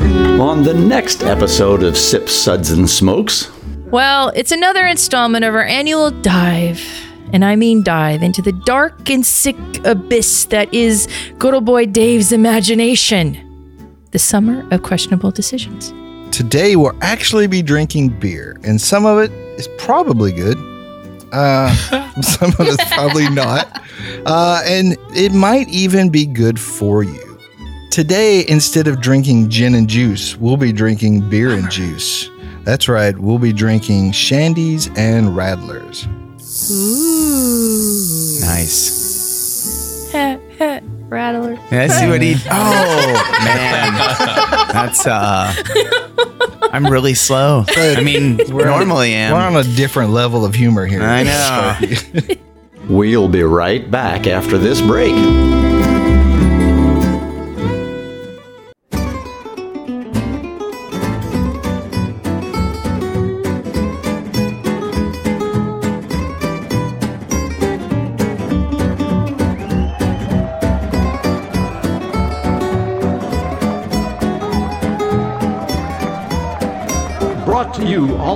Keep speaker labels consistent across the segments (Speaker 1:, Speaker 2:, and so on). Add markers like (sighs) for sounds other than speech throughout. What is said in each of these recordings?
Speaker 1: on the next episode of Sip Suds and Smokes.
Speaker 2: Well, it's another installment of our annual dive, and I mean dive, into the dark and sick abyss that is good old boy Dave's imagination. The summer of questionable decisions.
Speaker 3: Today we'll actually be drinking beer, and some of it is probably good. Uh, some of it's probably not. Uh, and it might even be good for you. Today, instead of drinking gin and juice, we'll be drinking beer and juice. That's right, we'll be drinking shandies and rattlers.
Speaker 4: Nice.
Speaker 2: Rattler.
Speaker 4: Yeah, Let's see what he. (laughs) Oh man, that's uh. I'm really slow. I mean, normally
Speaker 3: We're
Speaker 4: am.
Speaker 3: on a different level of humor here.
Speaker 4: I know.
Speaker 1: We'll be right back after this break. Brought to you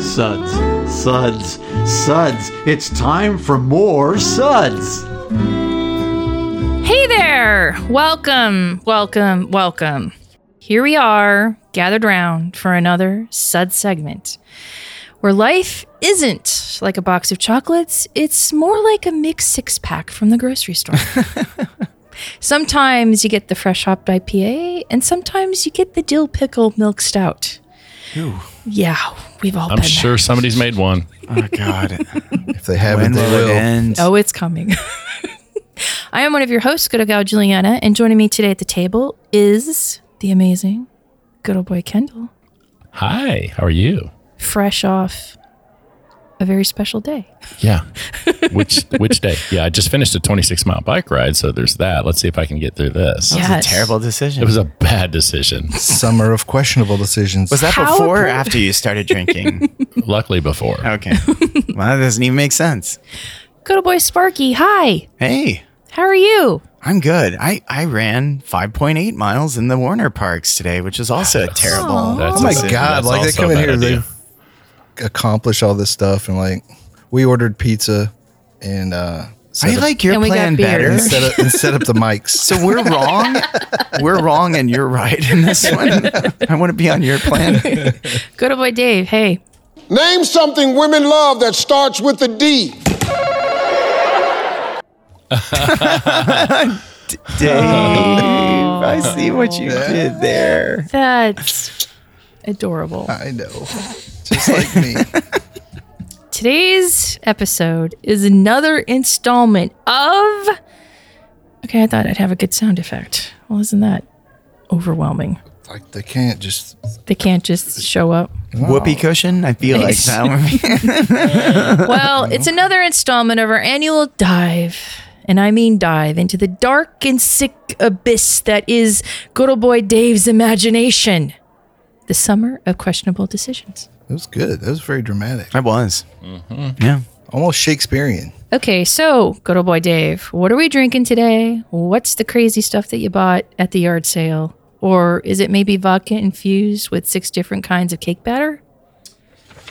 Speaker 1: Suds, Suds, Suds. It's time for more Suds.
Speaker 2: Hey there! Welcome, welcome, welcome. Here we are, gathered round for another Sud segment where life isn't like a box of chocolates, it's more like a mixed six pack from the grocery store. sometimes you get the fresh hopped IPA, and sometimes you get the dill pickle milk stout. Yeah, we've all
Speaker 5: I'm
Speaker 2: been
Speaker 5: sure somebody's made one.
Speaker 4: Oh God.
Speaker 3: If they haven't,
Speaker 4: When
Speaker 3: they
Speaker 4: will it
Speaker 3: will.
Speaker 4: end?
Speaker 2: Oh, it's coming. (laughs) I am one of your hosts, Good Old Gal Juliana, and joining me today at the table is the amazing good old boy Kendall,
Speaker 5: Hi, how are you?
Speaker 2: fresh off a very special day.
Speaker 5: Yeah. (laughs) Which which day? Yeah, I just finished a 26 mile bike ride, so there's that. Let's see if I can get through this.
Speaker 2: Yeah.
Speaker 4: It's
Speaker 2: Yes.
Speaker 4: a terrible decision.
Speaker 5: It was a bad decision.
Speaker 3: Summer of questionable decisions.
Speaker 4: Was that
Speaker 2: How
Speaker 4: before or
Speaker 2: appro-
Speaker 4: after you
Speaker 2: (laughs)
Speaker 4: started drinking?
Speaker 5: Luckily before.
Speaker 4: okay. Well, that doesn't even make sense.
Speaker 2: Good old boy Sparky, hi.
Speaker 4: Hey,
Speaker 2: How are you?
Speaker 4: I'm good. I, I ran 5.8 miles in the Warner Parks today, which is also a terrible.
Speaker 3: Oh my
Speaker 5: a-
Speaker 3: god!
Speaker 5: that's
Speaker 3: Like they
Speaker 5: also
Speaker 3: come
Speaker 5: a
Speaker 3: in
Speaker 5: bad
Speaker 3: here,
Speaker 5: idea.
Speaker 3: they accomplish all this stuff, and like we ordered pizza and uh, set
Speaker 4: I
Speaker 3: up-
Speaker 4: like your
Speaker 2: And we got
Speaker 4: plan
Speaker 2: beer.
Speaker 4: better.
Speaker 3: and (laughs) set up and set up the mics.
Speaker 4: So we're wrong. we're wrong, and you're right in this one. I want to be on
Speaker 3: (laughs)
Speaker 4: your plan.
Speaker 2: Good old boy Dave, hey.
Speaker 6: Name something women love that starts with a D.
Speaker 4: Dave, I see what you did there.
Speaker 2: That's adorable.
Speaker 3: I know, just like me.
Speaker 2: Today's episode is another installment of. Okay, I thought I'd have a good sound effect. Well, isn't that overwhelming?
Speaker 3: Like they can't just.
Speaker 2: They can't just show up.
Speaker 4: Whoopee cushion? I feel like that
Speaker 3: (laughs)
Speaker 4: one.
Speaker 2: Well, it's another installment of our annual dive, and I mean dive, into the dark and sick abyss that is good old boy Dave's imagination. The summer of questionable decisions.
Speaker 3: That was good. That was very dramatic,
Speaker 4: I was.
Speaker 3: Mm-hmm.
Speaker 4: Yeah.
Speaker 3: almost Shakespearean.
Speaker 2: Okay, so good old boy Dave, what are we drinking today? What's the crazy stuff that you bought at the yard sale? Or is it maybe vodka infused with six different kinds of cake batter?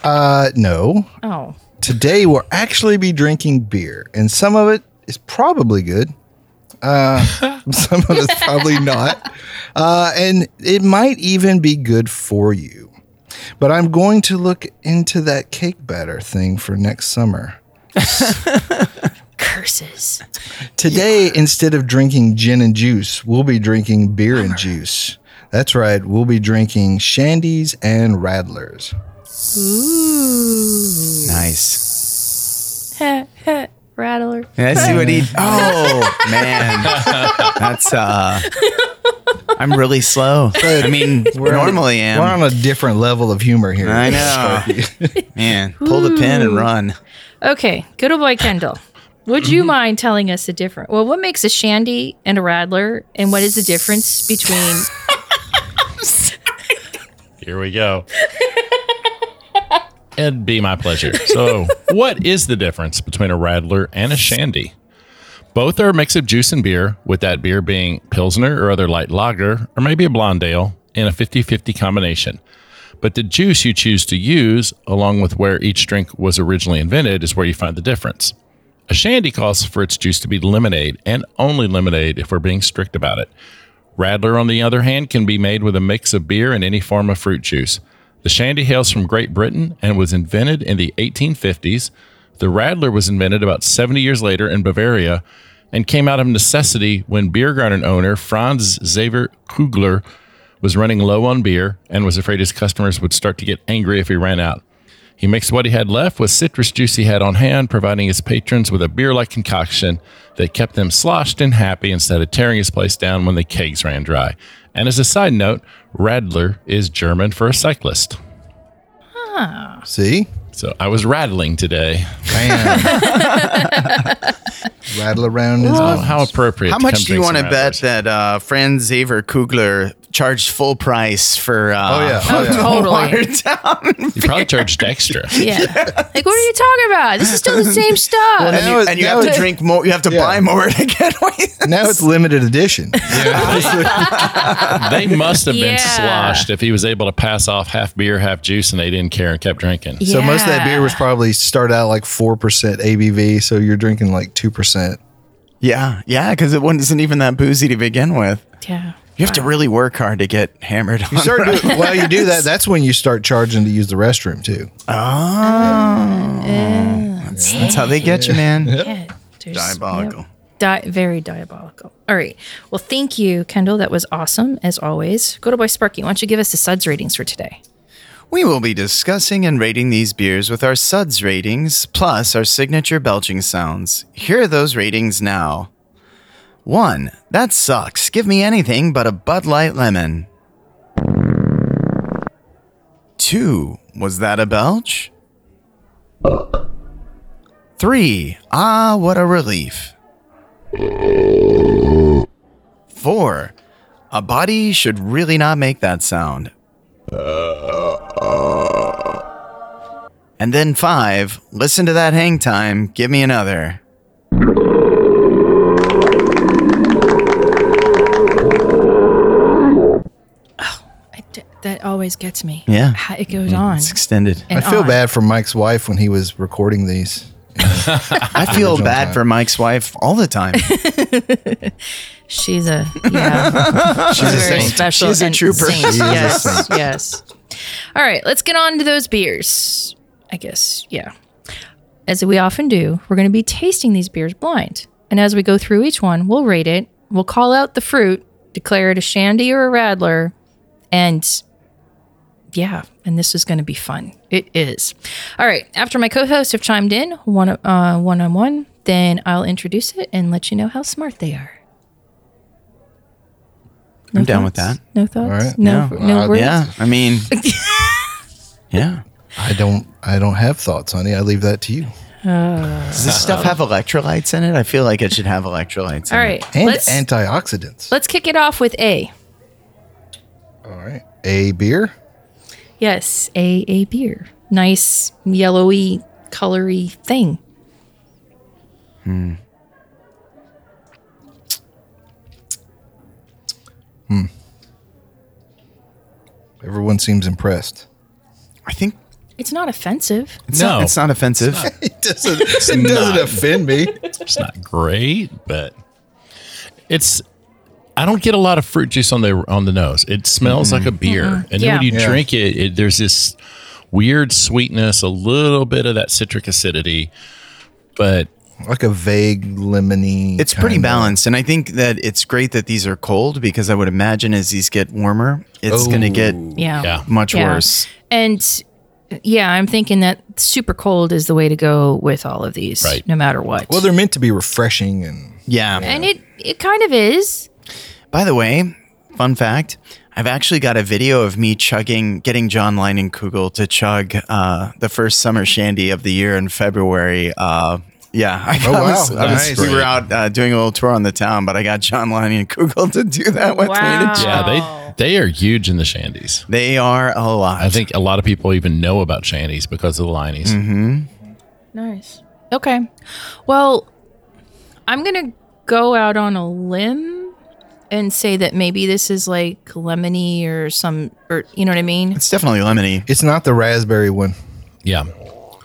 Speaker 3: Uh, no.
Speaker 2: Oh,
Speaker 3: Today we'll actually be drinking beer, and some of it is probably good. Uh, (laughs) some of it's probably not. Uh, and it might even be good for you. But I'm going to look into that cake batter thing for next summer.
Speaker 2: curses. (laughs)
Speaker 3: Today, instead of drinking gin and juice, we'll be drinking beer
Speaker 4: (laughs)
Speaker 3: and juice. That's right, we'll be drinking shandies and rattlers.
Speaker 4: Nice.
Speaker 2: Rattler.
Speaker 3: (laughs)
Speaker 4: Yeah, I see what he. Oh man, that's uh. I'm really slow. I mean, normally
Speaker 3: We're on
Speaker 4: am.
Speaker 3: a different level of humor here. (laughs)
Speaker 4: I know. Man, pull the pin and run.
Speaker 2: Okay, good old boy Kendall. Would
Speaker 3: Mm-hmm.
Speaker 2: you mind telling us the difference? Well, what makes a shandy and a rattler, and what is the difference between?
Speaker 5: Here we go. It'd be my pleasure. So, what is the difference between a Radler and a Shandy? Both are a mix of juice and beer, with that beer being Pilsner or other light lager, or maybe a blonde ale in a 50 50 combination. But the juice you choose to use, along with where each drink was originally invented, is where you find the difference. A Shandy calls for its juice to be lemonade, and only lemonade if we're being strict about it. Radler, on the other hand, can be made with a mix of beer and any form of fruit juice. The shandy hails from Great Britain and was invented in the 1850s. The Radler was invented about 70 years later in Bavaria and came out of necessity when beer garden owner Franz Xaver Kugler was running low on beer and was afraid his customers would start to get angry if he ran out. He mixed what he had left with citrus juice he had on hand, providing his patrons with a beer like concoction that kept them sloshed and happy instead of tearing his place down when the kegs ran dry. And as a side note, Radler is German for a cyclist.
Speaker 3: See?
Speaker 5: So I was rattling today.
Speaker 3: Bam.
Speaker 2: (laughs)
Speaker 3: Rattle around his
Speaker 5: How, Oh, how appropriate.
Speaker 4: How
Speaker 5: to
Speaker 4: much
Speaker 5: come
Speaker 4: do you
Speaker 5: drink
Speaker 4: want to
Speaker 5: some
Speaker 4: bet
Speaker 5: Radlers.
Speaker 4: that uh, friend Xavier Kugler charged full price for? Uh,
Speaker 3: Oh,
Speaker 4: (laughs)
Speaker 3: yeah. (laughs) Oh, yeah.
Speaker 2: Totally.
Speaker 4: Watertown?
Speaker 5: You probably
Speaker 4: (laughs)
Speaker 5: charged extra.
Speaker 3: (laughs)
Speaker 2: Yeah. Like, what are you talking about? This is still the same stuff.
Speaker 3: Well,
Speaker 4: (laughs) and
Speaker 3: Now
Speaker 4: you,
Speaker 3: it-
Speaker 4: and you
Speaker 3: now
Speaker 4: have to
Speaker 3: it-
Speaker 4: drink more. You have to
Speaker 3: Yeah.
Speaker 4: buy more to get away. (laughs)
Speaker 3: Now it's limited edition. (laughs)
Speaker 5: They must have been
Speaker 2: Yeah.
Speaker 5: sloshed if he was able to pass off half beer, half juice, and they didn't care and kept drinking.
Speaker 3: So most of that beer was
Speaker 2: Yeah.
Speaker 3: probably started out like 4% ABV. So you're drinking like 2%.
Speaker 4: yeah, yeah, because it wasn't even that boozy to begin with.
Speaker 2: Yeah.
Speaker 4: You have to really work hard to get hammered. On.
Speaker 3: You
Speaker 5: (laughs)
Speaker 3: start doing, while you do that, that's when you start charging to use the restroom too.
Speaker 4: that's, that's how they get
Speaker 3: (laughs)
Speaker 4: you, man.
Speaker 2: Yeah. There's-
Speaker 4: Diabolical.
Speaker 2: Di- very diabolical. All right. Well, thank you, Kendall. That was awesome, as always. Go to Boy Sparky. Why don't you give us the suds ratings for today?
Speaker 4: We will be discussing and rating these beers with our suds ratings plus our signature belching sounds. Here are those ratings now. 1. That sucks. Give me anything but a Bud Light lemon. 2. Was that a belch? 3. Ah, what a relief. 4. A body should really not make that sound. And then five, listen to that hang time, give me another.
Speaker 2: I d- that always gets me.
Speaker 4: Yeah.
Speaker 2: How it goes
Speaker 3: Mm-hmm.
Speaker 2: on.
Speaker 4: It's extended.
Speaker 2: and
Speaker 3: I feel
Speaker 2: on.
Speaker 3: bad for Mike's wife when he was recording these.
Speaker 4: I feel bad for Mike's wife all the time.
Speaker 2: She's a yeah. She's a
Speaker 3: saint.
Speaker 2: special.
Speaker 4: She's a
Speaker 2: and
Speaker 4: trooper.
Speaker 2: saint.
Speaker 4: She is a
Speaker 2: yes, yes. All right, let's get on to those beers. I guess yeah. As we often do, we're going to be tasting these beers blind, and as we go through each one, we'll rate it. We'll call out the fruit, declare it a shandy or a radler, and yeah, and this is going to be fun. It is. All right. After my co-hosts have chimed in one uh, one on one, then I'll introduce it and let you know how smart they are.
Speaker 4: I'm down with that.
Speaker 2: No thoughts.
Speaker 3: right.
Speaker 2: No,
Speaker 4: Yeah.
Speaker 2: no words.
Speaker 4: Uh, Yeah. I mean, yeah.
Speaker 3: I don't I don't have thoughts, honey. I leave that to you.
Speaker 4: Does this stuff have electrolytes in it? I feel like it should have electrolytes in
Speaker 2: All
Speaker 4: it.
Speaker 2: right.
Speaker 3: And
Speaker 2: let's
Speaker 3: antioxidants.
Speaker 2: let's kick it off with a
Speaker 3: All right. A beer.
Speaker 2: yes a a beer. Nice yellowy, colory thing.
Speaker 3: Everyone seems impressed. (laughs)
Speaker 4: I think
Speaker 2: It's not offensive.
Speaker 4: it's,
Speaker 5: No.
Speaker 4: not, it's not offensive.
Speaker 3: It doesn't it
Speaker 5: not.
Speaker 3: doesn't offend me.
Speaker 5: It's not great, but it's. I don't get a lot of fruit juice on the on the nose. It smells like a beer, and then when
Speaker 2: Mm-hmm. Yeah.
Speaker 5: you
Speaker 3: Yeah.
Speaker 5: drink it, it, there's this weird sweetness, a little bit of that citric acidity, but
Speaker 3: Like a vague lemony.
Speaker 4: It's pretty
Speaker 3: kind of-
Speaker 4: balanced. And I think that it's great that these are cold because I would imagine as these get warmer, it's going to get
Speaker 2: Yeah.
Speaker 5: yeah,
Speaker 4: much
Speaker 2: Yeah.
Speaker 4: worse.
Speaker 2: And yeah, I'm thinking that super cold is the way to go with all of these,
Speaker 5: Right.
Speaker 2: no matter what.
Speaker 3: Well, they're meant to be refreshing and
Speaker 4: Yeah.
Speaker 2: and it it kind of is.
Speaker 4: By the way, Fun fact I've actually got a video of me chugging, getting John Lennon Kugel to chug uh, the first summer shandy of the year in February. Uh, yeah, (laughs) I,
Speaker 3: Oh, wow.
Speaker 4: I was, I was-
Speaker 3: Nice.
Speaker 4: we were out uh, doing a little tour on the town, but I got John Lennon Kugel to do that with me.
Speaker 2: Wow.
Speaker 4: To chug.
Speaker 5: Yeah,
Speaker 2: Oh.
Speaker 5: they they are huge in the shandies.
Speaker 4: They are a lot.
Speaker 5: I think a lot of people even know about shandies because of the lineys.
Speaker 2: Nice. Okay. Well, I'm going to go out on a limb and say that maybe this is like lemony or some, or you know what I mean?
Speaker 4: it's definitely lemony.
Speaker 3: It's not the raspberry one.
Speaker 5: Yeah,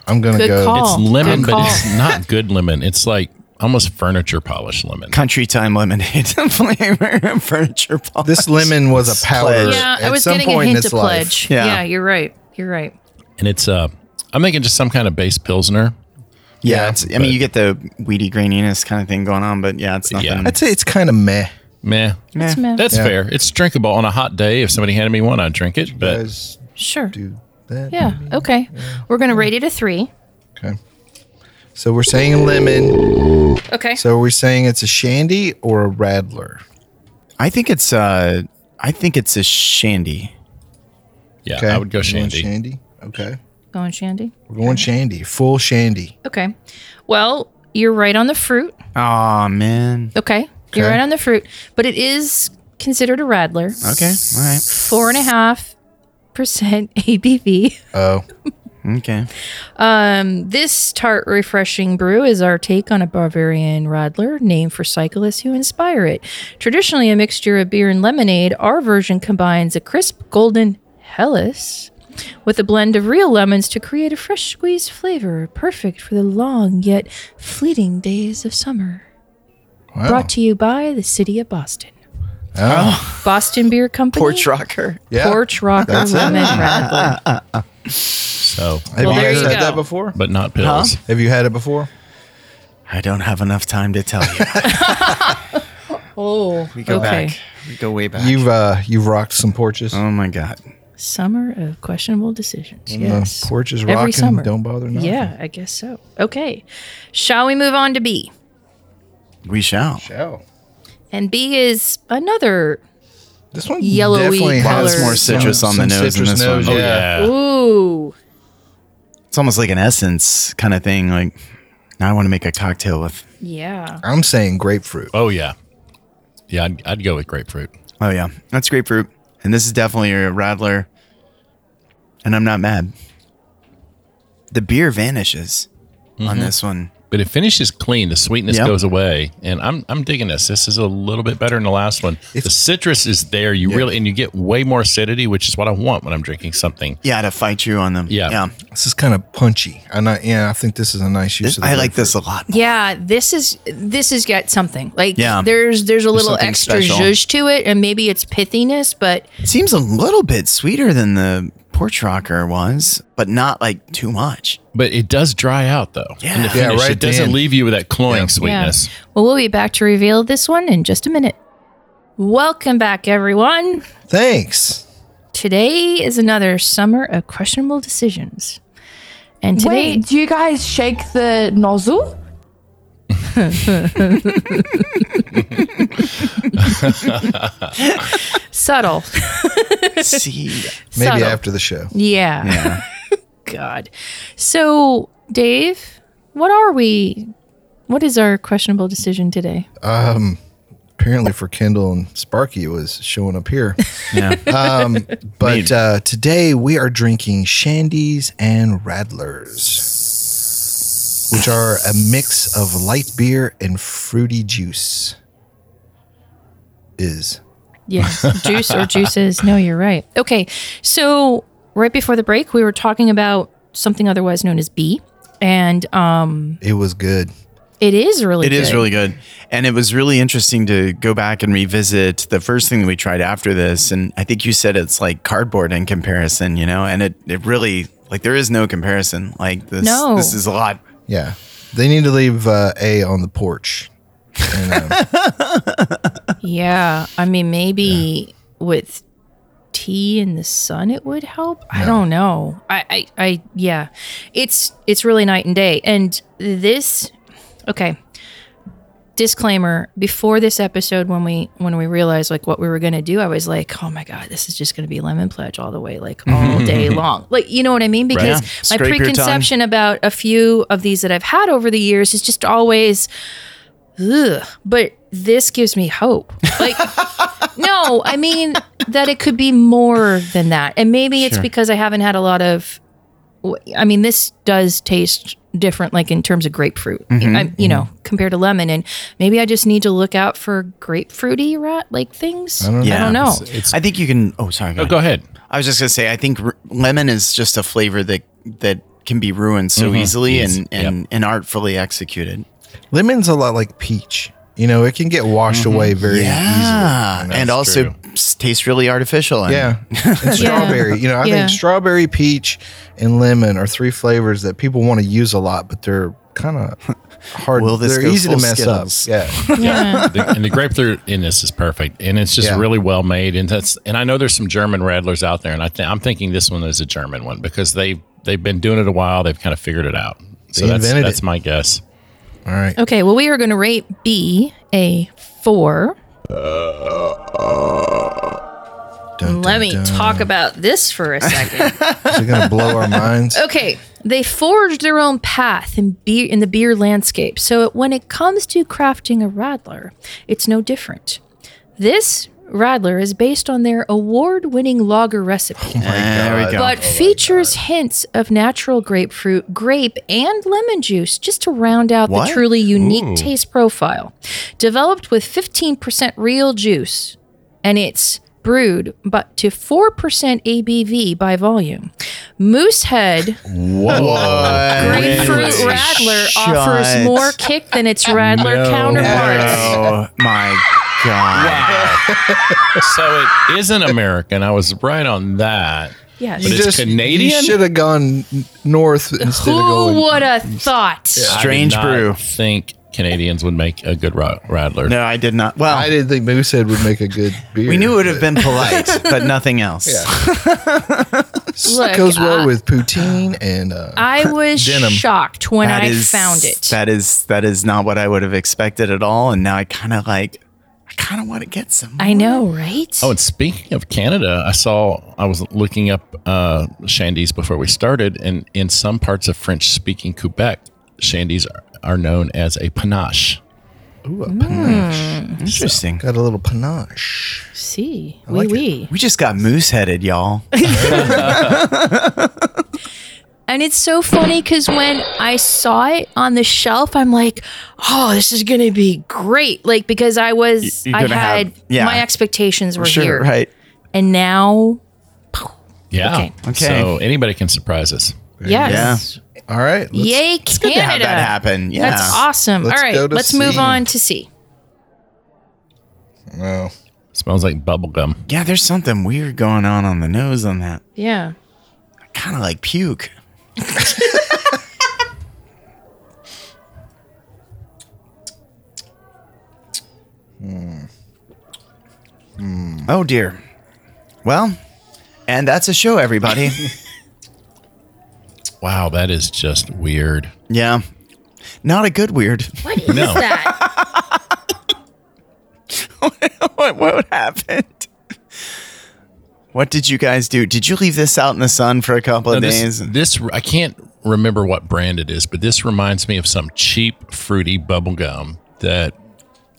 Speaker 3: I'm gonna
Speaker 2: Good
Speaker 3: go.
Speaker 2: call.
Speaker 5: it's lemon,
Speaker 2: Oh, good
Speaker 5: but
Speaker 2: call.
Speaker 5: it's not good lemon. It's like almost furniture polish lemon.
Speaker 4: Country time lemonade (laughs) flavor and furniture polish.
Speaker 3: This lemon was a powder.
Speaker 4: Pledge.
Speaker 2: yeah, I
Speaker 3: at
Speaker 2: was
Speaker 3: some
Speaker 2: getting a
Speaker 3: point in
Speaker 2: hint
Speaker 3: its
Speaker 2: of
Speaker 3: life.
Speaker 2: pledge.
Speaker 4: Yeah.
Speaker 2: Yeah. you're right. You're right.
Speaker 5: and it's uh I'm thinking just some kind of base pilsner.
Speaker 4: Yeah,
Speaker 3: Yeah,
Speaker 4: it's, I mean, you get the weedy graininess kind of thing going on, but yeah, it's nothing.
Speaker 5: Yeah.
Speaker 3: I'd say it's kind of meh.
Speaker 5: Meh.
Speaker 4: Meh.
Speaker 2: Meh.
Speaker 5: That's fair. It's drinkable on a hot day. If somebody handed me one, I'd drink it. But
Speaker 3: Guys
Speaker 2: Sure.
Speaker 3: do that.
Speaker 2: Yeah. Okay. We're going to rate it a three.
Speaker 3: Okay. So we're saying lemon.
Speaker 2: Okay.
Speaker 3: So we're saying it's a shandy or a radler.
Speaker 4: I think it's uh, I think it's a shandy.
Speaker 5: yeah,
Speaker 3: Okay.
Speaker 5: I would go
Speaker 3: We're going
Speaker 5: shandy.
Speaker 3: Shandy. Okay.
Speaker 2: Going Shandy.
Speaker 3: We're going shandy. Full shandy.
Speaker 2: Okay. Well, you're right on the fruit.
Speaker 4: Oh man.
Speaker 2: Okay. You're
Speaker 3: Okay.
Speaker 2: right on the fruit, but it is considered a rattler.
Speaker 4: Okay. All right.
Speaker 2: Four and a half percent (laughs) ABV.
Speaker 3: Oh.
Speaker 4: Okay.
Speaker 2: Um, this tart refreshing brew is our take on a Bavarian radler, named for cyclists who inspire it. Traditionally a mixture of beer and lemonade, our version combines a crisp golden Helles with a blend of real lemons to create a fresh squeezed flavor, perfect for the long yet fleeting days of summer.
Speaker 3: Wow.
Speaker 2: Brought to you by the City of Boston.
Speaker 3: Oh.
Speaker 2: Boston Beer Company.
Speaker 4: Porch rocker.
Speaker 3: Yeah.
Speaker 2: Porch Rocker Lemon
Speaker 3: (laughs)
Speaker 2: Radler.
Speaker 5: So,
Speaker 3: Have
Speaker 2: Well,
Speaker 3: you
Speaker 2: there
Speaker 3: guys
Speaker 2: you
Speaker 3: had
Speaker 2: go.
Speaker 3: that before?
Speaker 5: but not pills.
Speaker 3: Have you had it before?
Speaker 4: I don't have enough time to tell you.
Speaker 2: Oh,
Speaker 4: We go
Speaker 2: okay.
Speaker 4: back. We go way back.
Speaker 3: You've uh you've rocked some porches.
Speaker 4: oh my god.
Speaker 2: Summer of questionable decisions.
Speaker 3: The
Speaker 2: Yes.
Speaker 3: Mm, porch is
Speaker 2: Every
Speaker 3: rocking.
Speaker 2: summer.
Speaker 3: Don't bother knocking.
Speaker 2: Yeah, I guess so. Okay. Shall we move on to B?
Speaker 4: We shall.
Speaker 3: Shall.
Speaker 2: And B is another.
Speaker 3: This one
Speaker 2: Yellowy
Speaker 3: definitely
Speaker 2: color.
Speaker 3: has
Speaker 2: Lots more
Speaker 4: citrus on
Speaker 3: some
Speaker 4: the nose in
Speaker 3: citrus
Speaker 4: this one.
Speaker 3: nose,
Speaker 5: Oh,
Speaker 3: yeah.
Speaker 5: yeah.
Speaker 2: Ooh.
Speaker 4: It's almost like an essence kind of thing. Like now I want to make a cocktail with.
Speaker 2: Yeah.
Speaker 3: I'm saying grapefruit.
Speaker 5: Oh, yeah. Yeah, I'd, I'd go with grapefruit.
Speaker 4: Oh yeah, that's grapefruit, and this is definitely a rattler. And I'm not mad. The beer vanishes on this one.
Speaker 5: But it finishes clean. The sweetness
Speaker 4: Yep.
Speaker 5: goes away, and I'm I'm digging this. This is a little bit better than the last one. the citrus is there. You really and you get way more acidity, which is what I want when I'm drinking something.
Speaker 4: Yeah, to fight you on them.
Speaker 5: Yeah.
Speaker 4: yeah.
Speaker 3: This is kind of punchy. And I yeah, I think this is a nice use
Speaker 4: This-
Speaker 3: of the
Speaker 4: I like
Speaker 3: grapefruit.
Speaker 4: this a lot.
Speaker 2: Yeah, this is this has got something. Like
Speaker 4: Yeah.
Speaker 2: there's there's a little
Speaker 4: something
Speaker 2: extra
Speaker 4: special.
Speaker 2: zhuzh to it and maybe it's pithiness, but
Speaker 4: It seems a little bit sweeter than the porch rocker was, but not like too
Speaker 2: (laughs)
Speaker 4: much.
Speaker 5: But it does dry out though.
Speaker 4: Yeah.
Speaker 5: in the
Speaker 4: Yeah,
Speaker 5: finish.
Speaker 3: right
Speaker 5: It doesn't
Speaker 3: then.
Speaker 5: leave you with that cloying
Speaker 2: Yeah.
Speaker 5: sweetness.
Speaker 2: Well, we'll be back to reveal this one in just a minute. Welcome back, everyone.
Speaker 3: Thanks.
Speaker 2: Today is another summer of questionable decisions. And today,
Speaker 7: Wait, do you guys shake the nozzle?
Speaker 2: subtle.
Speaker 4: See,
Speaker 3: Maybe
Speaker 2: Subtle.
Speaker 3: after the show.
Speaker 2: Yeah. (laughs) God. So, Dave, what are we? What is our questionable decision today?
Speaker 3: Apparently for Kendall and Sparky it was showing up here.
Speaker 4: (laughs) yeah.
Speaker 3: Um, but uh, today we are drinking shandies and radlers, which are a mix of light beer and fruity juice. Is
Speaker 2: Yeah,
Speaker 4: (laughs)
Speaker 2: juice or juices. No, you're right. Okay. So, right before the break, we were talking about something otherwise known as B. And um,
Speaker 3: it was good.
Speaker 2: it is really
Speaker 4: It is
Speaker 2: good.
Speaker 4: really good. And it was really interesting to go back and revisit the first thing that we tried after this. And I think you said it's like cardboard in comparison, you know? And it, it really, like, there is no comparison. Like, this,
Speaker 2: No.
Speaker 4: this is a lot.
Speaker 3: Yeah, they need to leave uh, a on the porch. And, um,
Speaker 2: Yeah, I mean, maybe with tea in the sun, it would help. I don't know. I, I, I, yeah, it's it's really night and day. And this, okay, disclaimer before this episode when we when we realized like what we were going to do i was like oh my god this is just going to be lemon pledge all the way
Speaker 4: (laughs)
Speaker 2: like all day long like you know what i mean because
Speaker 4: Yeah.
Speaker 2: my
Speaker 4: Scrape your tongue.
Speaker 2: preconception about a few of these that i've had over the years is just always ugh but this gives me hope like no i mean that it could be more than that and maybe it's because i haven't had a lot of I mean, this does taste different, like in terms of grapefruit, I, you know, compared to lemon. And maybe I just need to look out for grapefruity rat like things. I don't,
Speaker 4: Yeah.
Speaker 2: know.
Speaker 4: I think you can. Oh, sorry.
Speaker 5: Go ahead.
Speaker 4: I was just gonna say, I think r- lemon is just a flavor that that can be ruined so easily and and, and artfully executed.
Speaker 3: Lemon's a lot like peach. You know, it can get washed away very
Speaker 4: Mm-hmm. Yeah,
Speaker 3: easily.
Speaker 4: and also
Speaker 5: true.
Speaker 4: s- tastes really artificial. And (laughs)
Speaker 3: Yeah. And strawberry. You know, I
Speaker 2: Yeah.
Speaker 3: think strawberry, peach, and lemon are three flavors that people want to use a lot, but they're kind
Speaker 4: (laughs)
Speaker 3: of hard.
Speaker 4: Will this
Speaker 3: they're
Speaker 4: go
Speaker 3: easy to
Speaker 4: full
Speaker 3: mess
Speaker 4: Skittles?
Speaker 3: up. Yeah.
Speaker 4: (laughs)
Speaker 5: Yeah. The- and the grapefruit in this is perfect, and it's just
Speaker 3: Yeah.
Speaker 5: really well made. And that's and I know there's some German radlers out there, and I th- I'm thinking this one is a German one because they they've been doing it a while. They've kind of figured it out. So
Speaker 3: They
Speaker 5: that's
Speaker 3: invented
Speaker 5: that's
Speaker 3: it.
Speaker 5: my guess.
Speaker 3: All right.
Speaker 2: Okay. Well, we are going to rate B a four.
Speaker 3: Dun,
Speaker 2: Let
Speaker 3: dun,
Speaker 2: me
Speaker 3: dun.
Speaker 2: talk about this for a second.
Speaker 3: Is it going to blow
Speaker 2: (laughs)
Speaker 3: our minds?
Speaker 2: okay. They forged their own path in beer in the beer landscape. So when it comes to crafting a radler, it's no different. This radler is based on their award-winning lager
Speaker 4: Oh
Speaker 2: recipe.
Speaker 4: there we go.
Speaker 2: but features hints of natural grapefruit, grape, and lemon juice just to round out
Speaker 4: What?
Speaker 2: the truly unique taste profile. Developed with 15% real juice, and it's brewed but to 4% ABV by volume. Moosehead Grapefruit
Speaker 4: Holy
Speaker 2: Radler
Speaker 4: shit.
Speaker 2: offers more kick than its Radler counterparts.
Speaker 4: Oh my god!
Speaker 5: so it isn't American. I was right on that.
Speaker 2: Yes.
Speaker 5: But it's Canadian.
Speaker 3: should have gone n- north instead of going.
Speaker 2: Who would have thought?
Speaker 5: I did
Speaker 4: Strange
Speaker 5: not
Speaker 4: brew.
Speaker 5: Think Canadians would make a good ra- radler.
Speaker 4: No, I did not. Well,
Speaker 3: I didn't think Moosehead would make a
Speaker 4: (laughs)
Speaker 3: good beer.
Speaker 4: we knew it would have been polite, but nothing else.
Speaker 2: Look, uh,
Speaker 3: It goes well
Speaker 2: I-
Speaker 3: with poutine and uh,
Speaker 2: I was
Speaker 3: Denim.
Speaker 2: shocked when
Speaker 4: That
Speaker 2: I
Speaker 4: is-
Speaker 2: found it.
Speaker 4: That is that is not what I would have expected at all. And now I kind of like, I kind of want to get some.
Speaker 2: I know, right?
Speaker 5: Oh, and speaking of Canada, I saw I was looking up uh, shandies before we started, and in some parts of French-speaking Quebec, shandies are, are known as a panache.
Speaker 2: hmm.
Speaker 4: Interesting.
Speaker 3: got a little panache.
Speaker 2: see, wee
Speaker 3: like it.
Speaker 2: wee.
Speaker 4: We just got moose headed, y'all.
Speaker 2: And it's so funny because when I saw it on the shelf, I'm like, "Oh, this is gonna be great!" Like because I was,
Speaker 4: Y- you're
Speaker 2: I
Speaker 4: gonna
Speaker 2: had
Speaker 4: have- yeah.
Speaker 2: my expectations were
Speaker 4: sure,
Speaker 2: here,
Speaker 4: right?
Speaker 2: and now,
Speaker 5: Yeah.
Speaker 2: Okay.
Speaker 4: Okay.
Speaker 5: So anybody can surprise us.
Speaker 2: yes,
Speaker 3: All right. let's-
Speaker 2: yay, Canada!
Speaker 4: How'd that happen? Yeah.
Speaker 2: That's awesome.
Speaker 3: Let's
Speaker 2: All
Speaker 3: go
Speaker 2: right,
Speaker 3: to
Speaker 2: let's move
Speaker 3: C.
Speaker 2: on to C.
Speaker 3: Well,
Speaker 5: smells like bubble gum.
Speaker 4: Yeah, there's something weird going on on the nose on that.
Speaker 2: Yeah,
Speaker 4: Kind of like puke. Oh dear. Well, and that's a show, everybody.
Speaker 5: Wow, that is just weird.
Speaker 4: yeah. Not a good weird. (laughs)
Speaker 2: what is
Speaker 5: No.
Speaker 3: (laughs)
Speaker 2: that? (laughs)
Speaker 4: what, what happened? What did you guys do? Did you leave this out in the sun for a couple of
Speaker 5: No,
Speaker 4: days?
Speaker 5: this, this I can't remember what brand it is, but this reminds me of some cheap fruity bubble gum that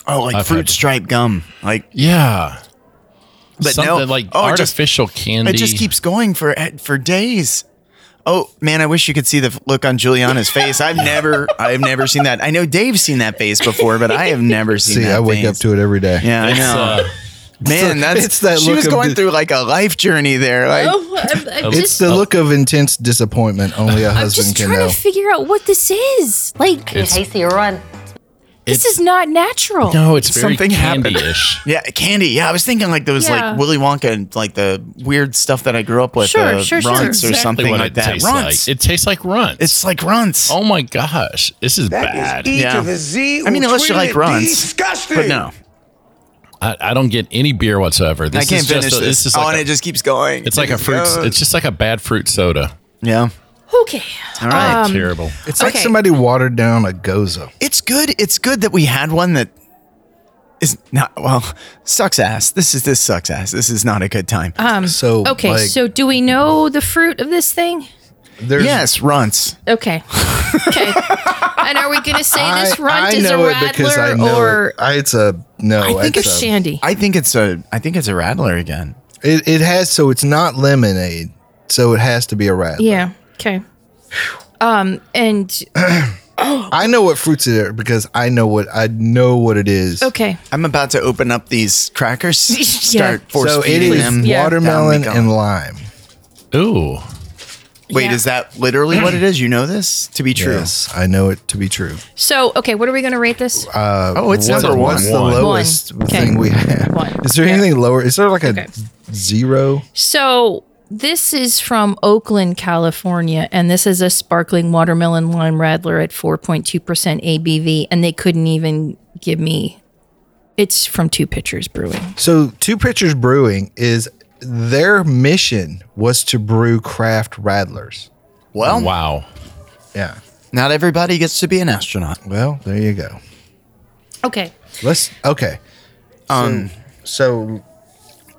Speaker 4: oh, like
Speaker 5: I've
Speaker 4: fruit
Speaker 5: had-
Speaker 4: stripe gum. Like
Speaker 5: yeah,
Speaker 4: But no-
Speaker 5: something like
Speaker 4: oh, it just-
Speaker 5: artificial candy.
Speaker 4: it just keeps going for eh, for days. Oh man, I wish you could see the look on Juliana's face.
Speaker 5: (laughs)
Speaker 4: I've never, I've never seen that. I know Dave's seen that face before, but I have never seen.
Speaker 3: see,
Speaker 4: that
Speaker 3: I wake up
Speaker 4: face.
Speaker 3: to it every day.
Speaker 4: Yeah, I
Speaker 5: It's,
Speaker 4: know.
Speaker 5: uh,
Speaker 4: man,
Speaker 3: (laughs)
Speaker 4: that's
Speaker 3: it's that
Speaker 4: she
Speaker 3: look
Speaker 4: was
Speaker 3: of
Speaker 4: going
Speaker 3: di-
Speaker 4: through like a life journey there. Like,
Speaker 2: Oh, I'm, I'm
Speaker 3: It's
Speaker 2: just,
Speaker 3: the look of intense disappointment only a
Speaker 2: I'm
Speaker 3: husband
Speaker 2: just
Speaker 3: can
Speaker 2: trying
Speaker 3: know.
Speaker 2: to figure out what this is. Like
Speaker 8: Get hasty or run.
Speaker 2: this is not natural.
Speaker 5: no, it's very
Speaker 4: Something happened.
Speaker 5: candy-ish.
Speaker 4: yeah, candy. Yeah, I was thinking like those
Speaker 2: Yeah.
Speaker 4: like Willy Wonka and like the weird stuff that I grew up with.
Speaker 2: Sure,
Speaker 4: uh,
Speaker 2: sure, sure.
Speaker 4: runts or
Speaker 5: Exactly
Speaker 4: something
Speaker 5: what
Speaker 4: like
Speaker 5: it
Speaker 4: that.
Speaker 5: tastes
Speaker 4: Runts.
Speaker 5: Like. It tastes like runts.
Speaker 4: it's e- like runts.
Speaker 5: oh my gosh, this is bad.
Speaker 4: yeah. I mean, unless you like runts. Disgusting. But no,
Speaker 5: I, I don't get any beer whatsoever. This
Speaker 4: I can't
Speaker 5: is just
Speaker 4: finish
Speaker 5: a-
Speaker 4: this.
Speaker 5: This is
Speaker 4: oh,
Speaker 5: like
Speaker 4: and
Speaker 5: a,
Speaker 4: it just keeps going.
Speaker 5: it's like a
Speaker 4: Just
Speaker 5: fruit.
Speaker 4: goes.
Speaker 5: It's just like a bad fruit soda.
Speaker 4: yeah.
Speaker 2: Okay.
Speaker 4: All
Speaker 3: Um,
Speaker 4: right.
Speaker 5: Terrible.
Speaker 3: It's like
Speaker 2: Okay.
Speaker 3: somebody watered down a goza.
Speaker 4: it's good. It's good that we had one that is not well sucks ass. This is this sucks ass. This is not a good time.
Speaker 3: So
Speaker 2: Okay,
Speaker 3: like,
Speaker 2: so do we know the fruit of this thing?
Speaker 3: there's
Speaker 4: yes, runts.
Speaker 3: (laughs)
Speaker 2: Okay. Okay. and are we going to say this runt
Speaker 3: I
Speaker 2: is a
Speaker 3: know it because I
Speaker 2: rattler
Speaker 3: know
Speaker 2: or
Speaker 3: it. I, it's a no.
Speaker 2: I think it's
Speaker 3: a-
Speaker 2: Shandy?
Speaker 4: I think it's a. I think it's a rattler again.
Speaker 3: It, it has so it's not lemonade, so it has to be a rattler.
Speaker 2: yeah. Okay. Um and
Speaker 3: I know what fruits it are because I know what I know what it is.
Speaker 2: okay.
Speaker 4: I'm about to open up these
Speaker 3: (laughs)
Speaker 4: crackers. Start force
Speaker 3: So it
Speaker 4: feeding them.
Speaker 3: is
Speaker 2: Yeah.
Speaker 3: watermelon
Speaker 4: Down they go.
Speaker 3: and lime.
Speaker 5: Ooh.
Speaker 4: Wait,
Speaker 2: Yeah.
Speaker 4: is that literally what it is? You know this to be true.
Speaker 3: Yes, I know it to be true.
Speaker 2: So, okay, what are we going to rate this?
Speaker 4: Oh, it's
Speaker 5: What's
Speaker 4: number
Speaker 5: it?
Speaker 4: one.
Speaker 3: What's
Speaker 5: One.
Speaker 3: the lowest
Speaker 2: One. Okay.
Speaker 3: thing we have?
Speaker 2: One.
Speaker 3: Is there
Speaker 2: Yeah.
Speaker 3: anything lower? Is there like a
Speaker 2: Okay.
Speaker 3: zero?
Speaker 2: So this is from Oakland, California, and this is a sparkling watermelon lime radler at 4.2% ABV, and they couldn't even give me. It's from Two Pitchers Brewing.
Speaker 3: So Two Pitchers Brewing is their mission was to brew craft rattlers. Um,
Speaker 4: Well,
Speaker 5: Wow.
Speaker 3: Yeah.
Speaker 4: not everybody gets to be an astronaut.
Speaker 3: Well, there you go.
Speaker 2: Okay.
Speaker 3: Let's okay.
Speaker 4: Um,
Speaker 3: So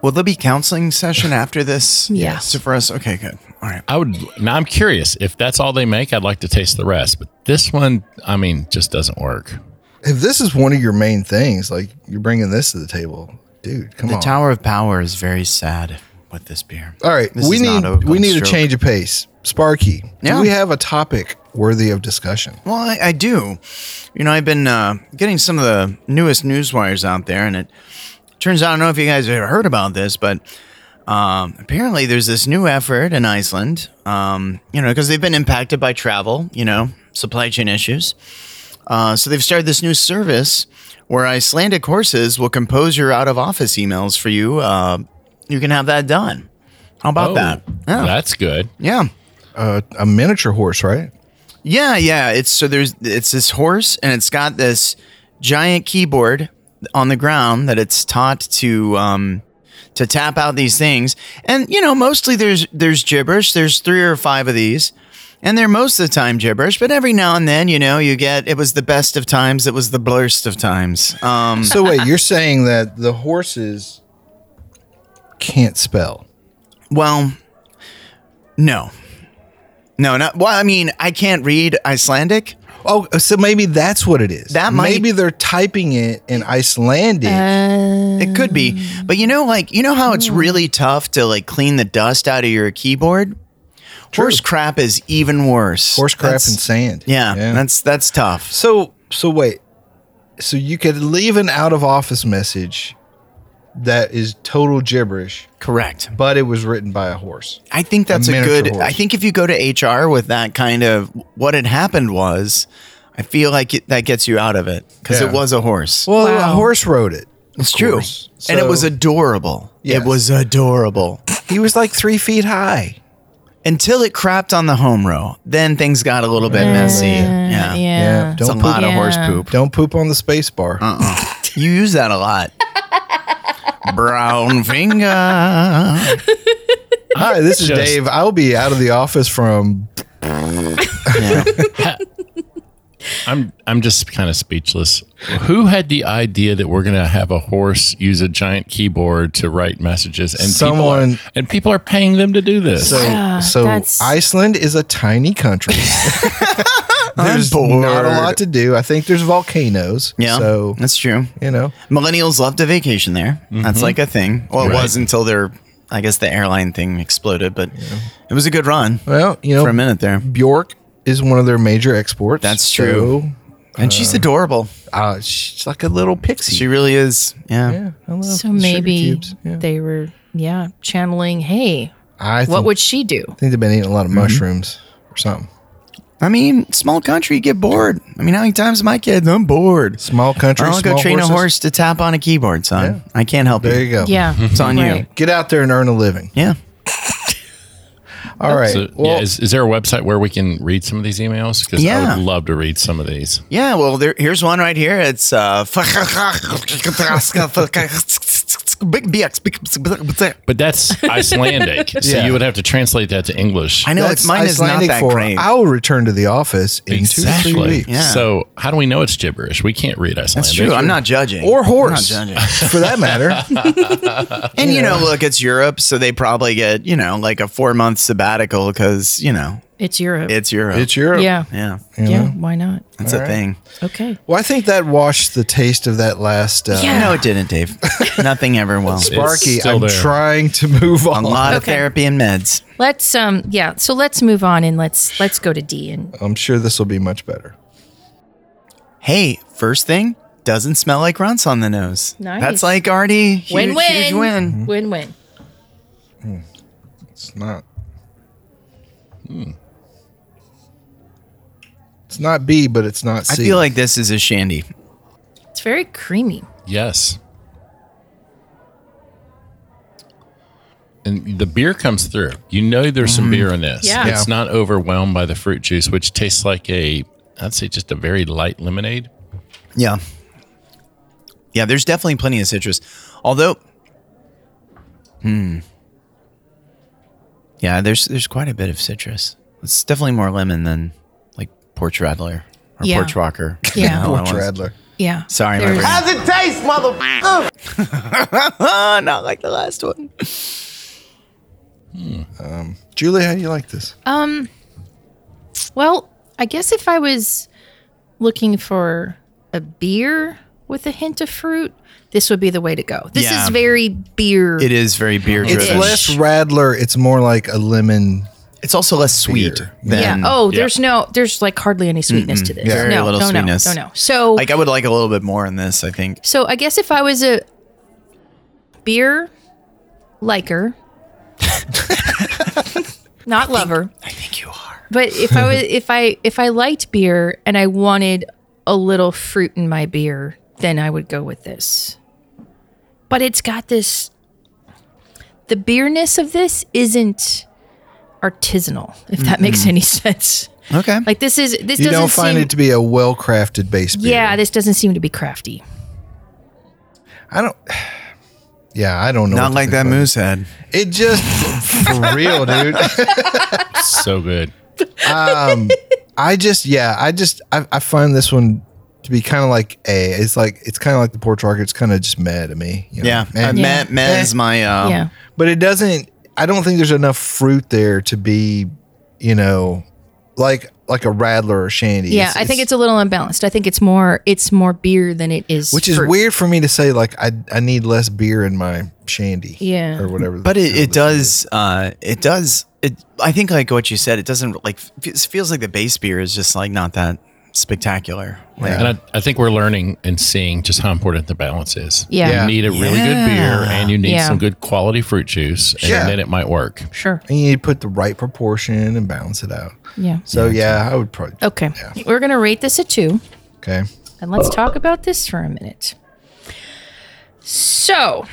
Speaker 4: will there be counseling session after this?
Speaker 2: Yeah.
Speaker 4: So for us, okay, good. All right.
Speaker 5: I would now I'm curious if that's all they make, I'd like to taste the rest. But this one, I mean, just doesn't work.
Speaker 3: if this is one of your main things, like you're bringing this to the table, dude, come
Speaker 4: The
Speaker 3: on.
Speaker 4: Tower of Power is very sad with this beer.
Speaker 3: All right,
Speaker 4: This
Speaker 3: we
Speaker 4: is not
Speaker 3: need
Speaker 4: Oakland
Speaker 3: we need
Speaker 4: Stroke.
Speaker 3: a change of pace. Sparky,
Speaker 4: Yeah.
Speaker 3: do we have a topic worthy of discussion?
Speaker 4: Well, I, I do. You know, I've been uh, getting some of the newest news wires out there, and it turns out I don't know if you guys have heard about this, but um, apparently there's this new effort in Iceland. Um, you know, because they've been impacted by travel, you know, supply chain issues. Uh, so they've started this new service where Icelandic horses will compose your out of office emails for you. Uh, you can have that done. How
Speaker 5: Oh,
Speaker 4: about that? Yeah.
Speaker 5: That's good.
Speaker 4: yeah.
Speaker 3: Uh, a miniature horse, right?
Speaker 4: Yeah, yeah. It's so there's it's this horse and it's got this giant keyboard on the ground that it's taught to um to tap out these things. And you know, mostly there's there's gibberish. There's three or five of these. And they're most of the time gibberish, but every now and then, you know, you get it was the best of times, it was the blurst of times. Um
Speaker 3: So wait, you're saying that the horses can't spell?
Speaker 4: Well, no. No, not well, I mean, I can't read Icelandic.
Speaker 3: Oh, so maybe that's what it is.
Speaker 4: That might- Uh,
Speaker 3: maybe they're typing it in Icelandic.
Speaker 4: It could be.
Speaker 3: Mm.
Speaker 4: But you know, like, you know how it's really tough to like clean the dust out of your keyboard? Horse crap is even worse.
Speaker 3: horse crap
Speaker 4: That's-
Speaker 3: and sand.
Speaker 4: Yeah, that's that's tough.
Speaker 3: So so wait. So you could leave an out of office message that is total gibberish,
Speaker 4: Correct.
Speaker 3: but it was written by a horse.
Speaker 4: I think that's a,
Speaker 3: miniature
Speaker 4: good
Speaker 3: horse.
Speaker 4: I think if you go to HR with that kind of what had happened was, I feel like it, that gets you out of it cuz
Speaker 3: Yeah.
Speaker 4: it was a horse.
Speaker 3: Well,
Speaker 2: Wow.
Speaker 3: a horse wrote it.
Speaker 4: it's true.
Speaker 3: course.
Speaker 4: and it
Speaker 3: So-
Speaker 4: was adorable.
Speaker 3: Yes.
Speaker 4: It was adorable.
Speaker 3: He was like three feet high.
Speaker 4: Until it crapped on the home row. Then things got a little bit
Speaker 3: Oh,
Speaker 4: messy. Yeah.
Speaker 2: Yeah.
Speaker 3: Yeah,
Speaker 4: It's a
Speaker 3: Don't
Speaker 4: lot of
Speaker 2: Yeah.
Speaker 4: horse poop. Uh.
Speaker 3: Don't poop on the space bar.
Speaker 4: You use that
Speaker 3: (laughs)
Speaker 4: a lot. Brown finger.
Speaker 3: Hi, this is
Speaker 5: Just-
Speaker 3: Dave. I'll be out of the office from.
Speaker 5: I'm I'm just kind of speechless. Who had the idea that we're gonna have a horse use a giant keyboard to write messages and
Speaker 3: Someone-
Speaker 5: people are, and people are paying them to do this?
Speaker 3: So,
Speaker 2: Yeah,
Speaker 3: so
Speaker 2: that's-
Speaker 3: Iceland is a
Speaker 2: (laughs)
Speaker 3: tiny country. (laughs) there's not a lot to do. I think there's volcanoes.
Speaker 4: Yeah,
Speaker 3: So,
Speaker 4: that's true.
Speaker 3: you know,
Speaker 4: Millennials love to vacation there.
Speaker 3: Mm-hmm.
Speaker 4: That's like a thing. Well, it
Speaker 5: Right.
Speaker 4: was until their, I guess, the airline thing exploded, but it was a good run
Speaker 3: well, you know,
Speaker 4: for a minute there.
Speaker 3: Bjork is one of their major exports.
Speaker 4: That's true. And she's adorable.
Speaker 3: So, uh, she's like a little pixie.
Speaker 4: She really is. Yeah.
Speaker 3: yeah, I love
Speaker 2: So
Speaker 3: sugar
Speaker 2: maybe
Speaker 3: cubes. Yeah.
Speaker 2: they were yeah, channeling, "Hey,
Speaker 3: I think,
Speaker 2: what would she do?"
Speaker 3: think they've been eating a lot of
Speaker 4: Mm-hmm.
Speaker 3: mushrooms or something.
Speaker 4: I mean, small country, you get bored. I mean, how many times am I kid? I'm bored.
Speaker 3: Small country.
Speaker 4: I'll go
Speaker 3: small
Speaker 4: train
Speaker 3: horses.
Speaker 4: a horse to tap on a keyboard, son.
Speaker 3: Yeah.
Speaker 4: I can't help
Speaker 3: There
Speaker 4: you.
Speaker 3: you go.
Speaker 2: Yeah.
Speaker 4: (laughs) It's on you.
Speaker 2: Right.
Speaker 3: Get out there and earn a living.
Speaker 4: Yeah.
Speaker 3: All right.
Speaker 5: So,
Speaker 3: well,
Speaker 5: yeah, is, is there a website where we can read some of these emails? Because
Speaker 4: Yeah.
Speaker 5: I would love to read some of these.
Speaker 4: Yeah, well, there, here's one right here. It's uh, (laughs) big BX. big- big- big-
Speaker 2: (laughs)
Speaker 5: But that's Icelandic, so
Speaker 3: Yeah.
Speaker 5: you would have to translate that to English.
Speaker 4: I know it's mine is not
Speaker 3: Icelandic
Speaker 4: that
Speaker 3: for
Speaker 4: great.
Speaker 3: I'll return to the office in two to three weeks.
Speaker 4: Yeah.
Speaker 5: So how do we know it's gibberish? We can't read Icelandic.
Speaker 4: That's true. I'm not judging.
Speaker 3: Or horse,
Speaker 4: I'm
Speaker 3: (laughs)
Speaker 4: not judging.
Speaker 3: for that
Speaker 4: (laughs)
Speaker 3: matter.
Speaker 4: and you know, look, it's Europe, so they probably get you know like a four month sabbatical because you know
Speaker 2: It's Europe.
Speaker 4: it's Europe.
Speaker 3: it's Europe.
Speaker 2: yeah.
Speaker 4: yeah,
Speaker 2: Yeah. Why not?
Speaker 4: that's a thing.
Speaker 2: Okay.
Speaker 3: Well, I think that washed the taste of that last. Uh,
Speaker 4: No, it didn't,
Speaker 3: (laughs)
Speaker 4: Dave. Nothing ever will.
Speaker 3: Sparky,
Speaker 5: still
Speaker 3: I'm
Speaker 5: there.
Speaker 3: trying to move
Speaker 4: A
Speaker 3: on.
Speaker 4: lot of
Speaker 2: Okay.
Speaker 4: therapy and meds.
Speaker 2: Let's um yeah, so let's move on and let's let's go to D and
Speaker 3: I'm sure this will be much better.
Speaker 4: Hey, first thing, doesn't smell like runts on the nose.
Speaker 2: Nice.
Speaker 4: That's like already huge,
Speaker 2: win win
Speaker 4: huge win.
Speaker 2: win win.
Speaker 3: It's not. Hmm. It's not B, but it's not
Speaker 4: I
Speaker 3: C.
Speaker 4: feel like this is a shandy.
Speaker 2: It's very creamy.
Speaker 5: Yes. And the beer comes through. You know there's
Speaker 4: Mm-hmm.
Speaker 5: some beer in this.
Speaker 2: Yeah.
Speaker 5: It's not overwhelmed by the fruit juice, which tastes like a, I'd say just a very light lemonade.
Speaker 4: Yeah. Yeah, there's definitely plenty of citrus. Although hmm. Yeah, there's there's quite a bit of citrus. It's definitely more lemon than like porch rattler or
Speaker 2: Yeah.
Speaker 4: porch rocker. (laughs)
Speaker 2: Yeah.
Speaker 4: No, that
Speaker 3: Porch
Speaker 4: one's-
Speaker 3: Radler.
Speaker 2: Yeah.
Speaker 4: Sorry, my
Speaker 2: There's-
Speaker 4: brain.
Speaker 6: How's it taste, motherfucker?
Speaker 4: Ah, (laughs) not like the last one.
Speaker 3: Julie, how do you like this?
Speaker 2: Well, I guess if I was looking for a beer with a hint of fruit, this would be the way to go. This
Speaker 4: Yeah.
Speaker 2: is very beer.
Speaker 4: It is very beer driven.
Speaker 3: It's less Radler. It's more like a lemon.
Speaker 4: It's also less sweet
Speaker 3: Beer.
Speaker 2: Yeah.
Speaker 4: than
Speaker 2: Oh, there's no, there's like hardly any sweetness to this.
Speaker 4: Very
Speaker 2: no,
Speaker 4: little
Speaker 2: no,
Speaker 4: sweetness.
Speaker 2: no, no, no. So,
Speaker 4: like I would like a little bit more in this, I think.
Speaker 2: so I guess if I was a beer
Speaker 4: (laughs)
Speaker 2: liker, not lover,
Speaker 4: I think you are.
Speaker 2: but if I was, if I, if I liked beer and I wanted a little fruit in my beer, then I would go with this. But it's got this. The beerness of this isn't artisanal, if that makes any (laughs) sense.
Speaker 4: Okay.
Speaker 2: Like this is this
Speaker 3: You
Speaker 2: doesn't
Speaker 3: don't find
Speaker 2: seem,
Speaker 3: it to be a well-crafted base beer.
Speaker 2: yeah, this doesn't seem to be crafty.
Speaker 3: I don't. (sighs) Yeah, I don't know. what
Speaker 4: Not
Speaker 3: to
Speaker 4: like
Speaker 3: think
Speaker 4: that
Speaker 3: about
Speaker 4: moose head.
Speaker 3: It It just (laughs) for real, dude.
Speaker 2: (laughs)
Speaker 5: so good.
Speaker 3: I just yeah, I just I, I find this one to be kind of like a. It's like it's kind of like the porch rocker. It's kind of just mad at me. you know?
Speaker 4: Yeah.
Speaker 3: Eh.
Speaker 4: Uh, Matt, Matt is my
Speaker 3: Oh.
Speaker 4: um,
Speaker 2: yeah.
Speaker 3: but it doesn't i don't think there's enough fruit there to be you know like like a radler or shandy
Speaker 2: Yeah, I think it's a little unbalanced. I think it's more it's more beer than it is
Speaker 3: which is
Speaker 2: fruit.
Speaker 3: weird for me to say like i i need less beer in my shandy
Speaker 2: Yeah.
Speaker 3: or whatever
Speaker 4: But it,
Speaker 3: the hell
Speaker 4: it does. Uh, it does. It. I think like what you said. It doesn't like. It feels like the base beer is just like not that spectacular. Like,
Speaker 5: And I, I think we're learning and seeing just how important the balance is.
Speaker 2: Yeah.
Speaker 3: Yeah.
Speaker 5: You need a really good beer and you need
Speaker 2: Yeah.
Speaker 5: some good quality fruit juice, and
Speaker 3: Yeah.
Speaker 5: then it might work.
Speaker 2: Sure.
Speaker 3: is. And you need to put the right proportion and balance it out
Speaker 2: Yeah.
Speaker 3: so yeah, i would probably
Speaker 2: Okay.
Speaker 3: Yeah.
Speaker 2: We're gonna rate this a two.
Speaker 3: okay
Speaker 2: And let's talk about this for a minute. So,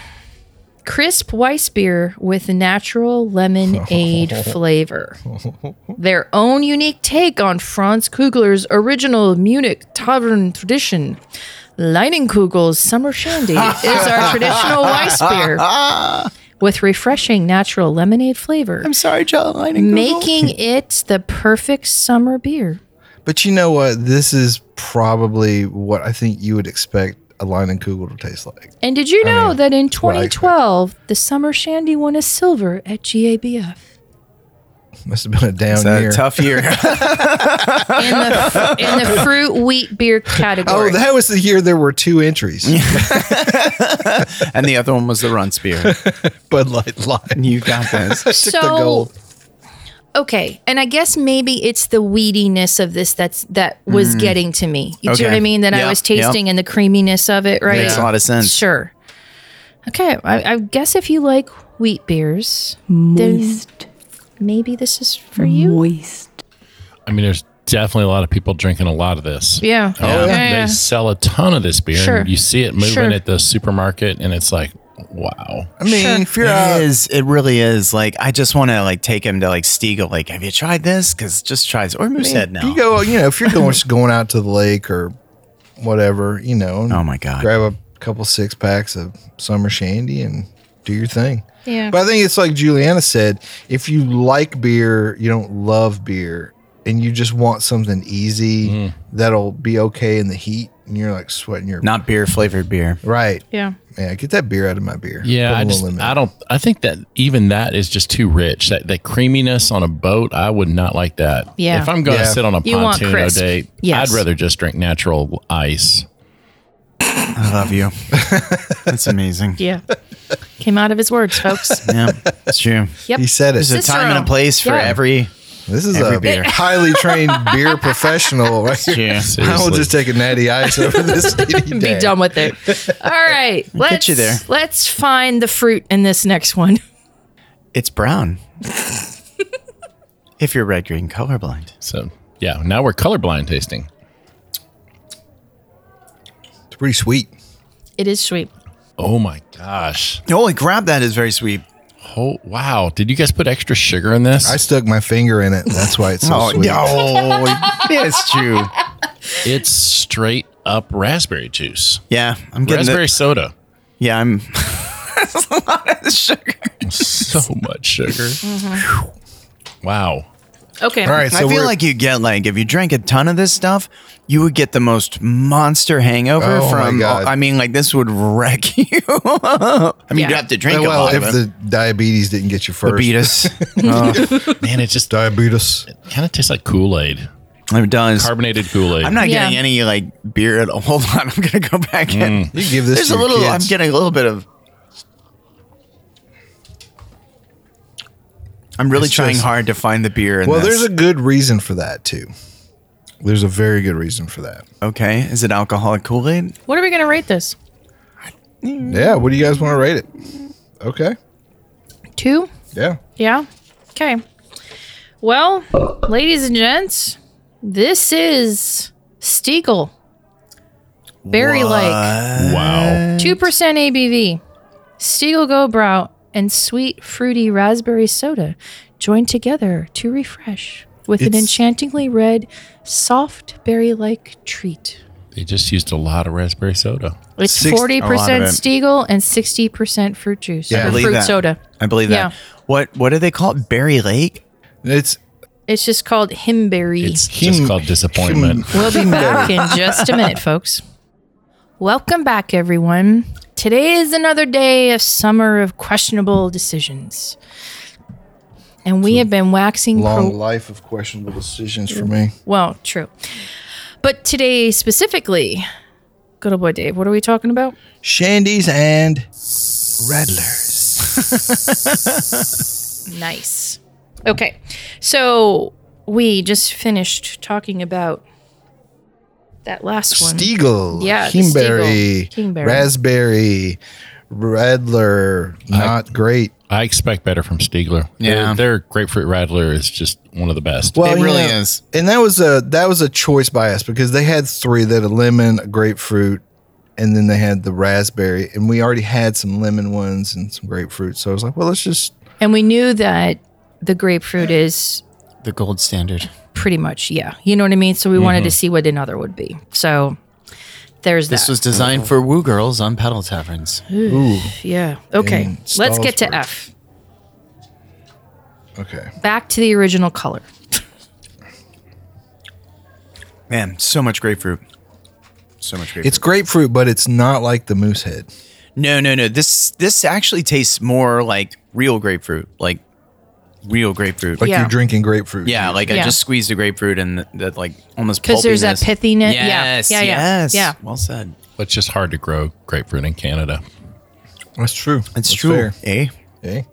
Speaker 2: crisp Weiss beer with natural lemonade flavor. Their own unique take on Franz Kugler's original Munich tavern tradition. Leinenkugel's Summer Shandy is our traditional Weiss beer with refreshing natural lemonade flavor,
Speaker 4: I'm sorry, John. I didn't Google.
Speaker 2: making it the perfect summer beer.
Speaker 3: but you know what this is probably what i think you would expect a line and kugel to taste like
Speaker 2: And did you know that in
Speaker 3: what I expect.
Speaker 2: 2012, the Summer Shandy won a silver at GABF?
Speaker 3: must have been a down
Speaker 4: It's a
Speaker 3: year
Speaker 4: tough year. (laughs)
Speaker 2: In the, in
Speaker 3: (laughs)
Speaker 2: the fruit wheat beer
Speaker 3: oh
Speaker 2: category.
Speaker 3: that was the year there were two entries
Speaker 4: and the other one was the Runts beer.
Speaker 3: (laughs) bud light line
Speaker 4: (laughs) You got this.
Speaker 2: so,
Speaker 3: the gold
Speaker 2: okay. And I guess maybe it's the weediness of this that's that
Speaker 3: Mm.
Speaker 2: was getting to me. You see what
Speaker 4: Okay.
Speaker 2: I mean? That I
Speaker 4: Yeah,
Speaker 2: was tasting and the creaminess of it, right?
Speaker 4: Makes a lot of sense.
Speaker 2: Sure. Okay. I, I guess if you like wheat beers, then
Speaker 7: Moist.
Speaker 2: maybe this is for you.
Speaker 7: Moist.
Speaker 5: I mean, there's definitely a lot of people drinking a lot of this.
Speaker 2: Yeah.
Speaker 5: Yeah.
Speaker 3: Oh,
Speaker 2: yeah.
Speaker 5: They sell a ton of this beer.
Speaker 2: Sure.
Speaker 5: And you see it moving
Speaker 2: Sure.
Speaker 5: at the supermarket, and it's like, wow.
Speaker 3: I mean, if you're out,
Speaker 4: It is. It really is. Like I just want to like take him to like Stiegel. Like, have you tried this? Because just tries or moose head now.
Speaker 3: you go, you know, if you're going just going out to the lake or whatever, you know, and
Speaker 4: Oh my God.
Speaker 3: grab a couple six packs of summer shandy and do your thing.
Speaker 2: Yeah.
Speaker 3: But I think it's like Juliana said if you like beer, you don't love beer, and you just want something easy that'll be okay in the heat, and you're like sweating your.
Speaker 4: Not beer flavored beer.
Speaker 3: Right.
Speaker 2: yeah.
Speaker 3: Yeah, get that beer out of my beer. Put
Speaker 5: Yeah,
Speaker 3: a
Speaker 5: I
Speaker 3: little
Speaker 5: just
Speaker 3: lemon.
Speaker 5: I don't I think that even that is just too rich. That that creaminess on a boat, I would not like that.
Speaker 2: Yeah.
Speaker 5: If I'm going to
Speaker 3: Yeah.
Speaker 5: sit on a
Speaker 2: You want
Speaker 5: pontoon all
Speaker 2: crisp.
Speaker 5: day,
Speaker 2: Yes.
Speaker 5: I'd rather just drink natural ice.
Speaker 4: I love (laughs) you. That's amazing.
Speaker 2: Yeah. Came out of his words,
Speaker 3: (laughs)
Speaker 2: folks.
Speaker 4: Yeah, it's true.
Speaker 2: Yep.
Speaker 3: He said it.
Speaker 4: There's a time and a
Speaker 2: Cicero.
Speaker 4: place for
Speaker 2: Yeah.
Speaker 4: every.
Speaker 3: This is
Speaker 4: Every
Speaker 3: a
Speaker 4: beer.
Speaker 3: (laughs) highly trained
Speaker 4: (laughs)
Speaker 3: beer professional right here.
Speaker 4: Yeah. (laughs)
Speaker 3: (laughs) I will
Speaker 5: Seriously.
Speaker 3: just take a natty ice over (laughs) this. Any
Speaker 2: Be
Speaker 3: day.
Speaker 2: done with it.
Speaker 3: (laughs)
Speaker 2: All right. Let's,
Speaker 4: you there.
Speaker 2: let's find the fruit in this next one. (laughs)
Speaker 4: It's brown. if you're red green colorblind.
Speaker 5: So yeah, now we're colorblind tasting.
Speaker 3: It's pretty sweet.
Speaker 2: It is sweet.
Speaker 5: Oh my gosh.
Speaker 4: Oh, I grabbed that is very sweet.
Speaker 5: Oh wow. Did you guys put extra sugar in this?
Speaker 3: I stuck my finger in it. That's why it's so
Speaker 4: (laughs) oh,
Speaker 3: sweet.
Speaker 4: (laughs) no. yeah, it's true.
Speaker 5: it's straight up raspberry juice.
Speaker 4: Yeah, I'm getting
Speaker 5: Raspberry
Speaker 4: it.
Speaker 5: soda.
Speaker 4: Yeah, I'm. (laughs) That's a lot of sugar.
Speaker 5: So much sugar.
Speaker 3: Mm-hmm.
Speaker 5: Wow.
Speaker 2: Okay.
Speaker 3: All right,
Speaker 4: I
Speaker 3: so
Speaker 4: feel
Speaker 3: we're
Speaker 4: like you get like if you drank a ton of this stuff, you would get the most monster hangover
Speaker 3: Oh, my
Speaker 4: from. uh,
Speaker 3: God.
Speaker 4: I mean, like this would wreck (laughs) you. I mean,
Speaker 2: Yeah.
Speaker 4: you have to drink a
Speaker 3: well
Speaker 4: lot
Speaker 3: if
Speaker 4: of it.
Speaker 3: the diabetes didn't get you first.
Speaker 4: (laughs) Diabetes.
Speaker 5: Man, it just
Speaker 3: Diabetes.
Speaker 5: kind of tastes like Kool-Aid.
Speaker 4: it does.
Speaker 5: Carbonated Kool-Aid.
Speaker 4: I'm not
Speaker 2: Yeah.
Speaker 4: getting any like beer at all. (laughs) Hold on, I'm gonna go back in.
Speaker 3: You give this.
Speaker 4: There's
Speaker 3: to
Speaker 4: a
Speaker 3: your
Speaker 4: little. I'm
Speaker 3: kids.
Speaker 4: getting a little bit of. I'm really
Speaker 3: It's
Speaker 4: trying
Speaker 3: just-
Speaker 4: hard to find the beer. In
Speaker 3: Well,
Speaker 4: this.
Speaker 3: there's a good reason for that too. There's a very good reason for that.
Speaker 4: okay. Is it alcoholic Kool Aid?
Speaker 2: What are we going to rate this?
Speaker 3: Yeah. What do you guys want to rate it? Okay.
Speaker 2: Two?
Speaker 3: Yeah.
Speaker 2: Yeah. Okay. Well, ladies and gents, this is Stiegel. Berry Lake.
Speaker 3: Uh,
Speaker 5: wow.
Speaker 2: 2% ABV. Stiegel Go Brow and sweet fruity raspberry soda joined together to refresh with an
Speaker 3: It's-
Speaker 2: enchantingly red, soft berry like treat.
Speaker 5: They just used a lot of raspberry soda.
Speaker 2: It's
Speaker 3: Six-
Speaker 2: forty
Speaker 4: a lot of
Speaker 2: percent
Speaker 4: it.
Speaker 2: Stiegel and sixty percent fruit juice
Speaker 3: Yeah.
Speaker 2: or
Speaker 4: Believe
Speaker 2: fruit
Speaker 4: that.
Speaker 2: soda.
Speaker 4: I believe that.
Speaker 2: Yeah.
Speaker 4: What What do they call it? Berry Lake.
Speaker 3: It's
Speaker 2: It's just called himberry.
Speaker 5: It's just called disappointment.
Speaker 2: We'll be back in just a minute, folks. Welcome back, everyone. Today is another day of summer of questionable decisions. And we have been waxing
Speaker 3: long
Speaker 2: pro-
Speaker 3: life of questionable decisions for me.
Speaker 2: well, true. But today specifically, good old boy Dave, what are we talking about?
Speaker 3: Shandies and Rattlers.
Speaker 2: Nice. Okay. So we just finished talking about that last one.
Speaker 3: Stiegel.
Speaker 2: Yeah, the
Speaker 3: Kingberry.
Speaker 2: Stiegel. Kingberry.
Speaker 3: Raspberry. Radler. Not great.
Speaker 5: I expect better from Stiegler.
Speaker 4: Yeah.
Speaker 5: Their, their grapefruit rattler is just one of the best.
Speaker 3: Well,
Speaker 4: It
Speaker 3: you
Speaker 4: really
Speaker 3: know,
Speaker 4: is.
Speaker 3: And that was a that was a choice by us because they had three. They had a lemon, a grapefruit, and then they had the raspberry. And we already had some lemon ones and some grapefruit. So I was like, well, let's just
Speaker 2: And we knew that the grapefruit is
Speaker 4: The gold standard.
Speaker 2: pretty much, yeah. You know what I mean? So we
Speaker 3: Mm-hmm.
Speaker 2: wanted to see what another would be. So there's
Speaker 4: This
Speaker 2: that.
Speaker 4: was designed for woo girls on pedal taverns.
Speaker 3: ooh
Speaker 2: yeah. Okay.
Speaker 3: in
Speaker 2: Let's get to
Speaker 3: Stalsburg.
Speaker 2: F.
Speaker 3: okay.
Speaker 2: Back to the original color.
Speaker 4: Man, so much grapefruit. So much grapefruit.
Speaker 3: It's grapefruit, but it's not like the moose head.
Speaker 4: no, no, no. This this actually tastes more like real grapefruit, like real grapefruit.
Speaker 3: Like
Speaker 2: Yeah.
Speaker 3: you're drinking grapefruit.
Speaker 4: yeah, like I
Speaker 2: Mm-hmm. Yeah.
Speaker 4: just squeezed a grapefruit and th- that like almost
Speaker 2: Because there's that
Speaker 4: pulpiness.
Speaker 2: pithiness.
Speaker 4: Yes,
Speaker 2: yeah. Yeah. Yeah.
Speaker 4: yes.
Speaker 2: Yeah.
Speaker 4: Well said.
Speaker 5: It's just hard to grow grapefruit in Canada.
Speaker 3: that's true.
Speaker 4: It's
Speaker 3: That's
Speaker 4: true.
Speaker 3: fair.
Speaker 4: Eh?
Speaker 3: Okay.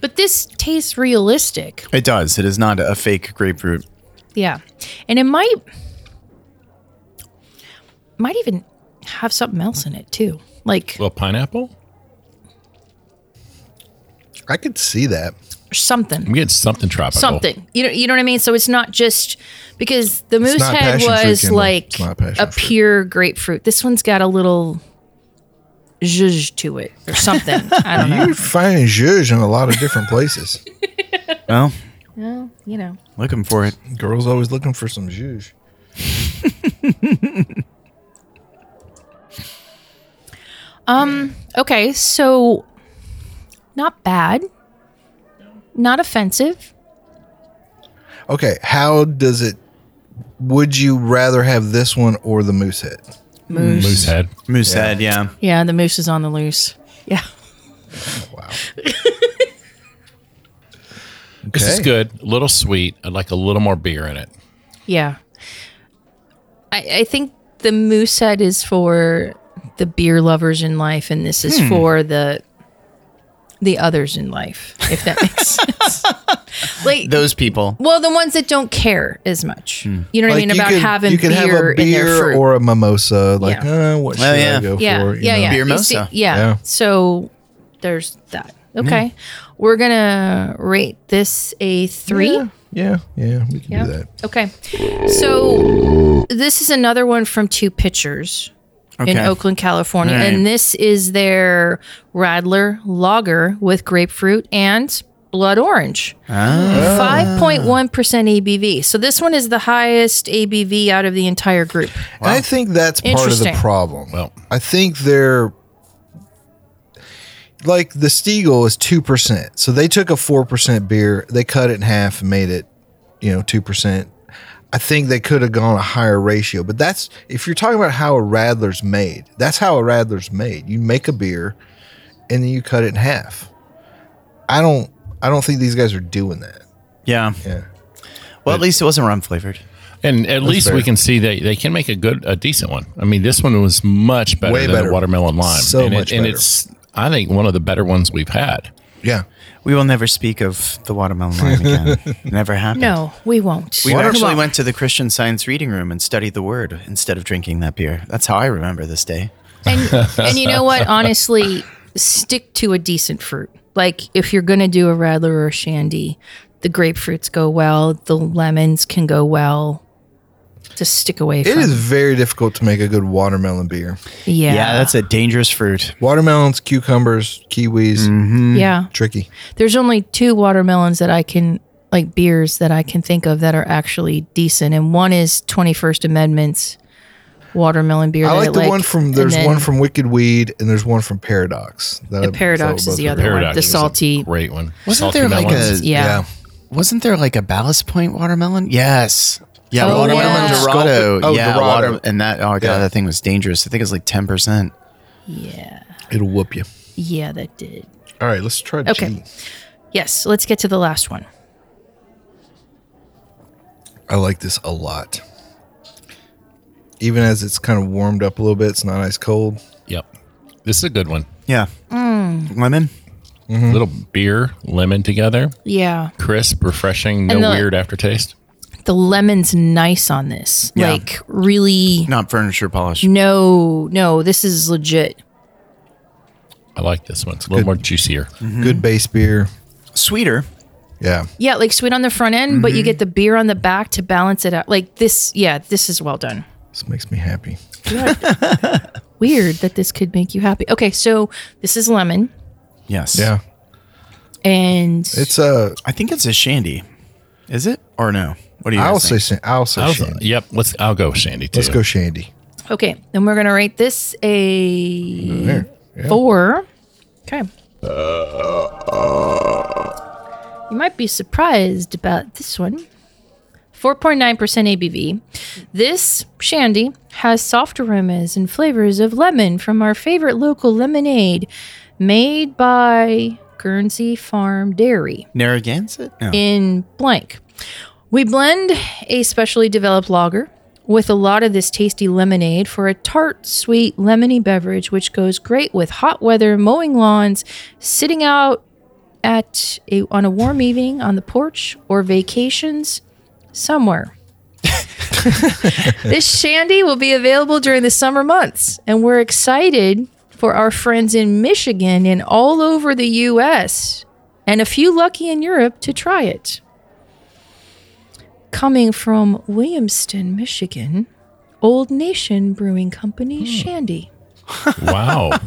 Speaker 2: But this tastes realistic.
Speaker 4: It does. It is not a fake grapefruit.
Speaker 2: Yeah. And it might might even have something else in it too. Like
Speaker 5: Well, pineapple?
Speaker 3: I could see that.
Speaker 5: I'm
Speaker 2: something.
Speaker 5: getting something tropical.
Speaker 2: Something. You know you know what I mean? So it's not just because the moose
Speaker 3: not
Speaker 2: head
Speaker 3: passion fruit,
Speaker 2: was
Speaker 3: Kendall.
Speaker 2: like
Speaker 3: It's not passion
Speaker 2: a
Speaker 3: fruit.
Speaker 2: pure grapefruit. This one's got a little zhuzh to it or something.
Speaker 3: (laughs)
Speaker 2: I don't know.
Speaker 3: You're finding zhuzh in a lot of different
Speaker 4: (laughs)
Speaker 3: places.
Speaker 4: Well,
Speaker 2: Well, you know.
Speaker 4: looking for it.
Speaker 3: Girls always looking for some zhuzh.
Speaker 2: Um. Okay. So, not bad. Not offensive.
Speaker 3: Okay, how does it? Would you rather have this one or the moose head?
Speaker 5: Moose head.
Speaker 4: Moose head, yeah.
Speaker 2: Yeah, the moose is on the loose. Yeah.
Speaker 5: (laughs) This is
Speaker 3: Okay.
Speaker 5: good. A little sweet. I'd like a little more beer in it.
Speaker 2: Yeah. I, I think the moose head is for the beer lovers in life, and this is for the the others in life, if that makes sense. like
Speaker 4: Those people.
Speaker 2: well, the ones that don't care as much. You know what I mean
Speaker 3: you
Speaker 2: about
Speaker 3: could-
Speaker 2: having
Speaker 3: you could
Speaker 2: beer,
Speaker 3: have a
Speaker 2: in their
Speaker 3: beer
Speaker 2: fruit.
Speaker 3: or a mimosa. Like,
Speaker 2: Yeah.
Speaker 3: uh,
Speaker 5: Oh,
Speaker 3: what should
Speaker 4: Well, yeah.
Speaker 3: I go
Speaker 2: yeah,
Speaker 3: for? you
Speaker 2: yeah,
Speaker 3: know?
Speaker 2: yeah.
Speaker 4: Beer
Speaker 2: You see-
Speaker 4: mosa.
Speaker 2: yeah.
Speaker 3: Yeah. Mm.
Speaker 2: So there's that. Okay, we're gonna rate this a three.
Speaker 3: yeah, yeah. We can
Speaker 2: Yeah.
Speaker 3: do that.
Speaker 2: Okay. So this is another one from Two Pitchers in
Speaker 4: Okay.
Speaker 2: Oakland, California.
Speaker 4: All right.
Speaker 2: And this is their Radler Lager with grapefruit and blood orange.
Speaker 4: Ah.
Speaker 2: 5.1% ABV. So this one is the highest ABV out of the entire group.
Speaker 3: And I think that's part of the
Speaker 2: Interesting.
Speaker 3: problem.
Speaker 5: Well.
Speaker 3: I think they're like the Stiegel is two percent, so they took a four percent beer, they cut it in half and made it, you know, two percent. I think they could have gone a higher ratio, but that's if you're talking about how a Radler's made. That's how a Radler's made. You make a beer, and then you cut it in half. I don't. I don't think these guys are doing that.
Speaker 4: Yeah.
Speaker 3: Yeah.
Speaker 4: Well, at least it wasn't rum flavored.
Speaker 5: And at least we
Speaker 3: fair.
Speaker 5: can see that they can make a good, a decent one. I mean, this one was much better
Speaker 3: Way
Speaker 5: than
Speaker 3: better.
Speaker 5: the watermelon lime.
Speaker 3: So
Speaker 5: and
Speaker 3: much
Speaker 5: and
Speaker 3: better.
Speaker 5: it's, I think, one of the better ones we've had.
Speaker 3: Yeah.
Speaker 4: We will never speak of the watermelon lime (laughs) again. Never happened.
Speaker 2: No, we won't.
Speaker 4: We
Speaker 3: Watermelon-
Speaker 4: actually went to the Christian Science reading room and studied the word instead of drinking that beer. That's how I remember this day.
Speaker 2: and, and you know what? Honestly, stick to a decent fruit. Like if you're gonna do a radler or a shandy, the grapefruits go well. The lemons can go well. Just stick away
Speaker 3: It
Speaker 2: from.
Speaker 3: is very difficult to make a good watermelon beer.
Speaker 2: Yeah,
Speaker 4: that's a dangerous fruit.
Speaker 3: Watermelons, cucumbers, kiwis,
Speaker 2: yeah.
Speaker 3: tricky.
Speaker 2: There's only two watermelons that I can like beers that I can think of that are actually decent, and one is 21st Amendment's watermelon beer.
Speaker 3: I
Speaker 2: that
Speaker 3: like the one from
Speaker 2: and
Speaker 3: there's
Speaker 2: then
Speaker 3: one from Wicked Weed and there's one from Paradox. That I-
Speaker 2: the Paradox
Speaker 3: so
Speaker 2: is the
Speaker 3: both
Speaker 2: other one,
Speaker 3: are-
Speaker 2: the
Speaker 5: is a
Speaker 2: salty.
Speaker 5: great one.
Speaker 4: Wasn't
Speaker 5: Salty
Speaker 4: there like
Speaker 5: melons.
Speaker 4: a
Speaker 2: Yeah.
Speaker 4: wasn't there like a ballast point watermelon? Yes. Yeah,
Speaker 2: Oh,
Speaker 4: watermelon
Speaker 2: yeah.
Speaker 4: Dorado.
Speaker 3: Sculpted- oh,
Speaker 4: yeah,
Speaker 3: Dorado.
Speaker 4: water and that oh god,
Speaker 3: Yeah.
Speaker 4: that thing was dangerous. I think it was like ten percent.
Speaker 2: Yeah,
Speaker 3: It'll whoop you.
Speaker 2: yeah, that did.
Speaker 3: All right, let's try
Speaker 2: Okay.
Speaker 3: G.
Speaker 2: Yes, let's get to the last one.
Speaker 3: I like this a lot. Even as it's kind of warmed up a little bit, it's not ice cold.
Speaker 5: Yep. This is a good one.
Speaker 4: Yeah.
Speaker 2: Mm.
Speaker 4: Lemon?
Speaker 3: Mm-hmm.
Speaker 5: Little beer, lemon together,
Speaker 2: Yeah.
Speaker 5: crisp, refreshing, no
Speaker 2: And the-
Speaker 5: weird aftertaste.
Speaker 2: The lemon's nice on this.
Speaker 4: Yeah.
Speaker 2: Like really
Speaker 4: Not furniture polish.
Speaker 2: no, no, this is legit.
Speaker 5: I like this one. It's a little more juicier.
Speaker 3: Good base beer.
Speaker 4: Sweeter.
Speaker 3: Yeah.
Speaker 2: Yeah, like sweet on the front end, but you get the beer on the back to balance it out. Like this, yeah, this is well done.
Speaker 3: This makes me happy.
Speaker 2: Weird that this could make you happy. Okay, so this is lemon
Speaker 4: Yes.
Speaker 3: Yeah.
Speaker 2: and
Speaker 3: It's uh, a
Speaker 4: I think it's a shandy. Is it? Or no? What do you guys
Speaker 3: I'll say
Speaker 4: think?
Speaker 3: sa- I'll say
Speaker 5: I was-
Speaker 3: Shandy.
Speaker 5: yep. Let's. I'll go Shandy too.
Speaker 3: Let's
Speaker 5: (laughs)
Speaker 3: go Shandy.
Speaker 2: okay, then we're going to rate this a
Speaker 3: There. Yeah.
Speaker 2: 4. Okay. You might be surprised about this one. 4.9% ABV. This shandy has soft aromas and flavors of lemon from our favorite local lemonade made by Guernsey Farm Dairy
Speaker 4: Narragansett? No.
Speaker 2: in blank. We blend a specially developed lager with a lot of this tasty lemonade for a tart, sweet, lemony beverage, which goes great with hot weather, mowing lawns, sitting out at a, on a warm evening on the porch, or vacations somewhere. this shandy will be available during the summer months, and we're excited for our friends in Michigan and all over the U.S and a few lucky in Europe to try it. Coming from Williamston, Michigan, Hmm. Old Nation Brewing Company Shandy.
Speaker 5: Wow.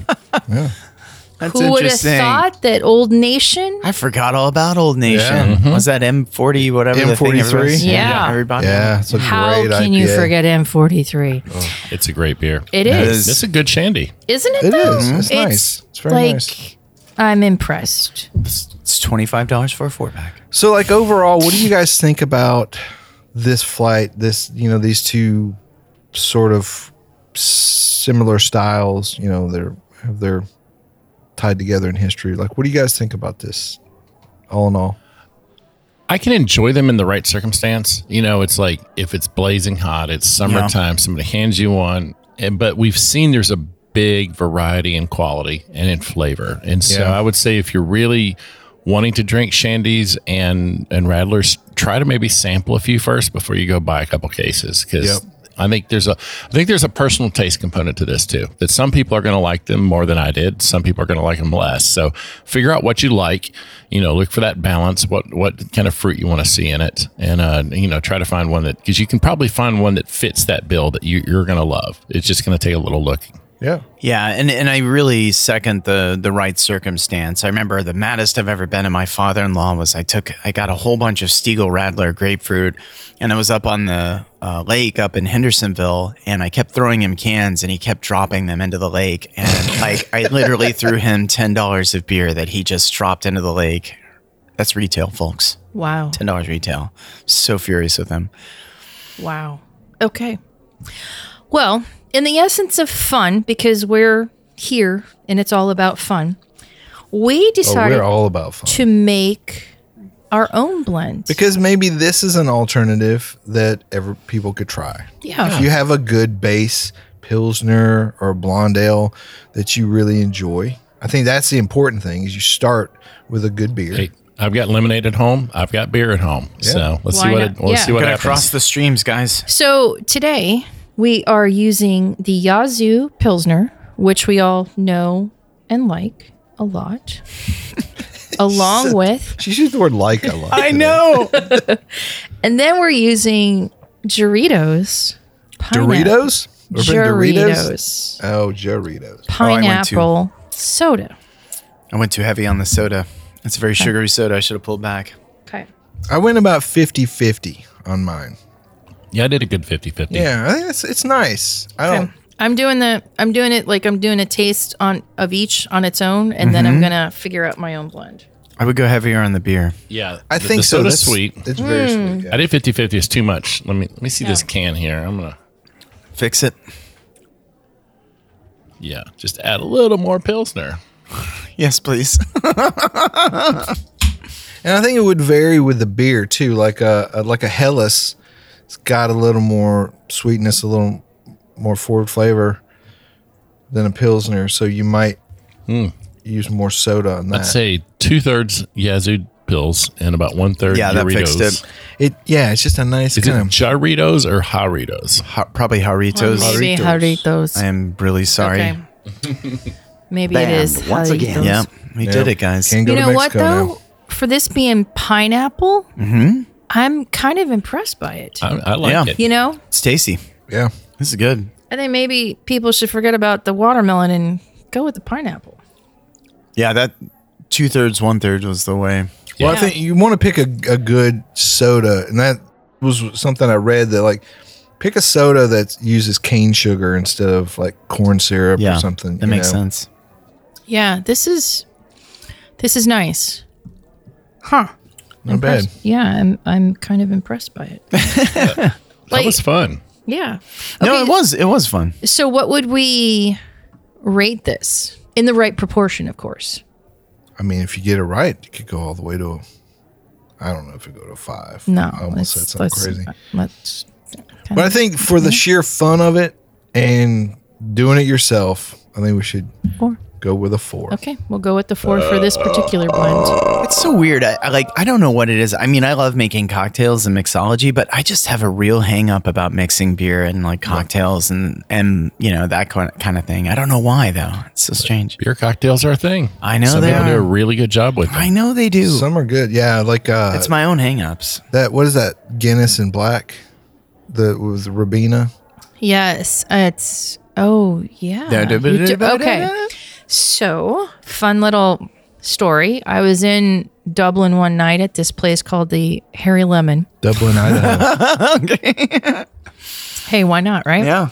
Speaker 4: That's
Speaker 2: Who would have
Speaker 4: interesting.
Speaker 2: thought that Old Nation?
Speaker 4: I forgot all about Old Nation.
Speaker 3: Yeah.
Speaker 4: Was that M40, whatever the thing
Speaker 3: M43?
Speaker 4: everybody's-
Speaker 2: Yeah.
Speaker 4: Everybody.
Speaker 3: Yeah, it's a
Speaker 2: How
Speaker 3: great Oh,
Speaker 2: can you
Speaker 3: IPA.
Speaker 2: forget M43?
Speaker 5: It's a great beer.
Speaker 2: It
Speaker 4: It
Speaker 2: is,
Speaker 4: is.
Speaker 5: It's a good shandy.
Speaker 2: isn't it?
Speaker 3: It
Speaker 2: though?
Speaker 3: is. It's nice. It's very
Speaker 2: like
Speaker 3: nice.
Speaker 2: I'm impressed.
Speaker 4: It's $25 for a four pack.
Speaker 3: So, like overall, what do you guys think about this flight? This, you know, these two sort of similar styles. You know, they're they're tied together in history. Like, what do you guys think about this? All in all,
Speaker 5: I can enjoy them in the right circumstance. You know, it's like if it's blazing hot, it's summertime, somebody hands you one. And but we've seen there's a big variety in quality and in flavor. And so
Speaker 3: Yeah.
Speaker 5: I would say if you're really wanting to drink shandies and and rattlers, try to maybe sample a few first before you go buy a couple cases cuz
Speaker 3: Yep.
Speaker 5: I think there's a I think there's a personal taste component to this too. That some people are going to like them more than I did. Some people are going to like them less. So figure out what you like. You know, look for that balance. What what kind of fruit you want to see in it, and uh, you know, try to find one that because you can probably find one that fits that bill that you, you're going to love. It's just going to take a little looking.
Speaker 3: yeah,
Speaker 4: Yeah, and, and I really second the the right circumstance. I remember the maddest I've ever been in my father in law was I took I got a whole bunch of Stiegel Radler grapefruit, and I was up on the uh, lake up in Hendersonville, and I kept throwing him cans, and he kept dropping them into the lake, and like I (laughs) literally threw him ten dollars of beer that he just dropped into the lake. That's retail, folks.
Speaker 2: Wow.
Speaker 4: Ten dollars retail. So furious with him.
Speaker 2: Wow. Okay. Well, in the essence of fun, because we're here and it's all about fun, we
Speaker 3: oh,
Speaker 2: decided
Speaker 3: we're all about fun.
Speaker 2: to make our own blend.
Speaker 3: Because maybe this is an alternative that ever people could try.
Speaker 2: yeah.
Speaker 3: If you have a good base pilsner or blonde ale that you really enjoy, I think that's the important thing. Is you start with a good beer.
Speaker 5: Hey, I've got lemonade at home. I've got beer at home. So let's
Speaker 2: Why
Speaker 5: see what
Speaker 2: not?
Speaker 5: it, let's
Speaker 2: Yeah.
Speaker 5: see what
Speaker 4: Gotta
Speaker 5: happens.
Speaker 4: cross the streams, guys.
Speaker 2: So today we are using the Yazoo Pilsner, which we all know and like a lot, along with,
Speaker 3: She used the word like a lot. today.
Speaker 4: know.
Speaker 2: and then we're using Doritos. pineapple-
Speaker 3: Doritos? We're putting
Speaker 2: Doritos.
Speaker 3: Oh, Doritos.
Speaker 4: I went too.
Speaker 2: pineapple soda.
Speaker 4: I went too heavy on the soda. It's a very sugary soda. I should have pulled back.
Speaker 2: Okay.
Speaker 3: I went about 50 50 on mine.
Speaker 5: Yeah, I did a good 50 50.
Speaker 3: Yeah, I think it's, it's nice. I don't.
Speaker 2: I'm doing the I'm doing it like I'm doing a taste on of each on its own and then I'm going to figure out my own blend.
Speaker 4: I would go heavier on the beer.
Speaker 5: yeah.
Speaker 3: I
Speaker 5: the-
Speaker 3: think
Speaker 5: the
Speaker 3: so.
Speaker 5: soda's
Speaker 3: That's
Speaker 5: sweet.
Speaker 3: It's very sweet.
Speaker 5: I
Speaker 3: Yeah.
Speaker 5: did 50 50 is too much. Let me let me see this can here. I'm gonna
Speaker 4: Fix it.
Speaker 5: yeah, just add a little more pilsner.
Speaker 4: Yes, please. (laughs)
Speaker 3: And I think it would vary with the beer too. Like a, a like a Hellas, it's got a little more sweetness, a little more forward flavor than a Pilsner. So you might
Speaker 5: Hmm.
Speaker 3: use more soda on that.
Speaker 5: I'd say two thirds Yazoo pills and about one third.
Speaker 4: Yeah, that fixed
Speaker 5: Doritos.
Speaker 4: it.
Speaker 3: It yeah, it's just a nice
Speaker 5: Is it
Speaker 3: kind of
Speaker 5: Gyritos or Haritos?
Speaker 4: Ha- probably Haritos.
Speaker 2: Maybe
Speaker 4: I
Speaker 2: Doritos.
Speaker 4: am really sorry.
Speaker 2: Okay.
Speaker 3: (laughs)
Speaker 2: Maybe it is.
Speaker 1: once again.
Speaker 2: Doritos.
Speaker 4: Yeah, we did it, guys.
Speaker 3: Can go
Speaker 2: You
Speaker 3: to
Speaker 2: know what
Speaker 3: Mexico
Speaker 2: though?
Speaker 3: now.
Speaker 2: For this being pineapple,
Speaker 3: Mm-hmm.
Speaker 2: I'm kind of impressed by it.
Speaker 3: Uh.
Speaker 5: I, I like
Speaker 4: Yeah.
Speaker 5: it.
Speaker 2: you know,
Speaker 4: It's tasty.
Speaker 3: Yeah,
Speaker 4: This is good.
Speaker 2: I think maybe people should forget about the watermelon and go with the pineapple.
Speaker 4: Yeah, that two thirds, one third was the way.
Speaker 3: Well, I think you want to pick a, a good soda, and that was something I read that like pick a soda that uses cane sugar instead of like corn syrup
Speaker 4: Yeah,
Speaker 3: or something.
Speaker 4: That
Speaker 3: you
Speaker 4: makes
Speaker 3: know?
Speaker 4: sense.
Speaker 2: Yeah, this is this is nice. Huh.
Speaker 3: Not bad.
Speaker 2: Yeah, I'm I'm kind of impressed by
Speaker 3: (laughs)
Speaker 2: it.
Speaker 5: that was fun.
Speaker 2: Yeah.
Speaker 4: No,
Speaker 2: Okay.
Speaker 4: it was it was fun.
Speaker 2: So what would we rate this? In the right proportion, of course.
Speaker 3: I mean, if you get it right, it could go all the way to. I don't know if it go to five.
Speaker 2: No.
Speaker 3: I almost
Speaker 2: let's-
Speaker 3: said something
Speaker 2: let's-
Speaker 3: crazy.
Speaker 2: Let's
Speaker 3: But I think for
Speaker 4: Mm-hmm.
Speaker 3: the sheer fun of it and doing it yourself, I think we should
Speaker 2: four.
Speaker 3: go with a four.
Speaker 2: Okay, we'll go with the four for this particular blend.
Speaker 4: It's so weird. I, I like I don't know what it is. I mean, I love making cocktails and mixology, but I just have a real hang up about mixing beer and like cocktails and and you know that kind of- kind of thing. I don't know why though. It's so strange.
Speaker 5: Beer cocktails are a thing.
Speaker 4: I know
Speaker 5: Some
Speaker 4: they
Speaker 5: people do a
Speaker 4: are.
Speaker 5: really good job with
Speaker 4: I
Speaker 5: them.
Speaker 4: know they do.
Speaker 3: Some are good. Yeah, like uh,
Speaker 4: it's my own hang ups.
Speaker 3: that. What is that? Guinness and black. The with Rabina.
Speaker 2: Yes, it's oh yeah.
Speaker 4: Da- da-
Speaker 2: You
Speaker 4: da-
Speaker 2: do-
Speaker 4: da- da-
Speaker 2: okay.
Speaker 4: da-
Speaker 2: So, fun little story. I was in Dublin one night at this place called the Harry Lemon. (laughs)
Speaker 3: Dublin, Idaho.
Speaker 2: Hey, why not, right?
Speaker 4: Yeah.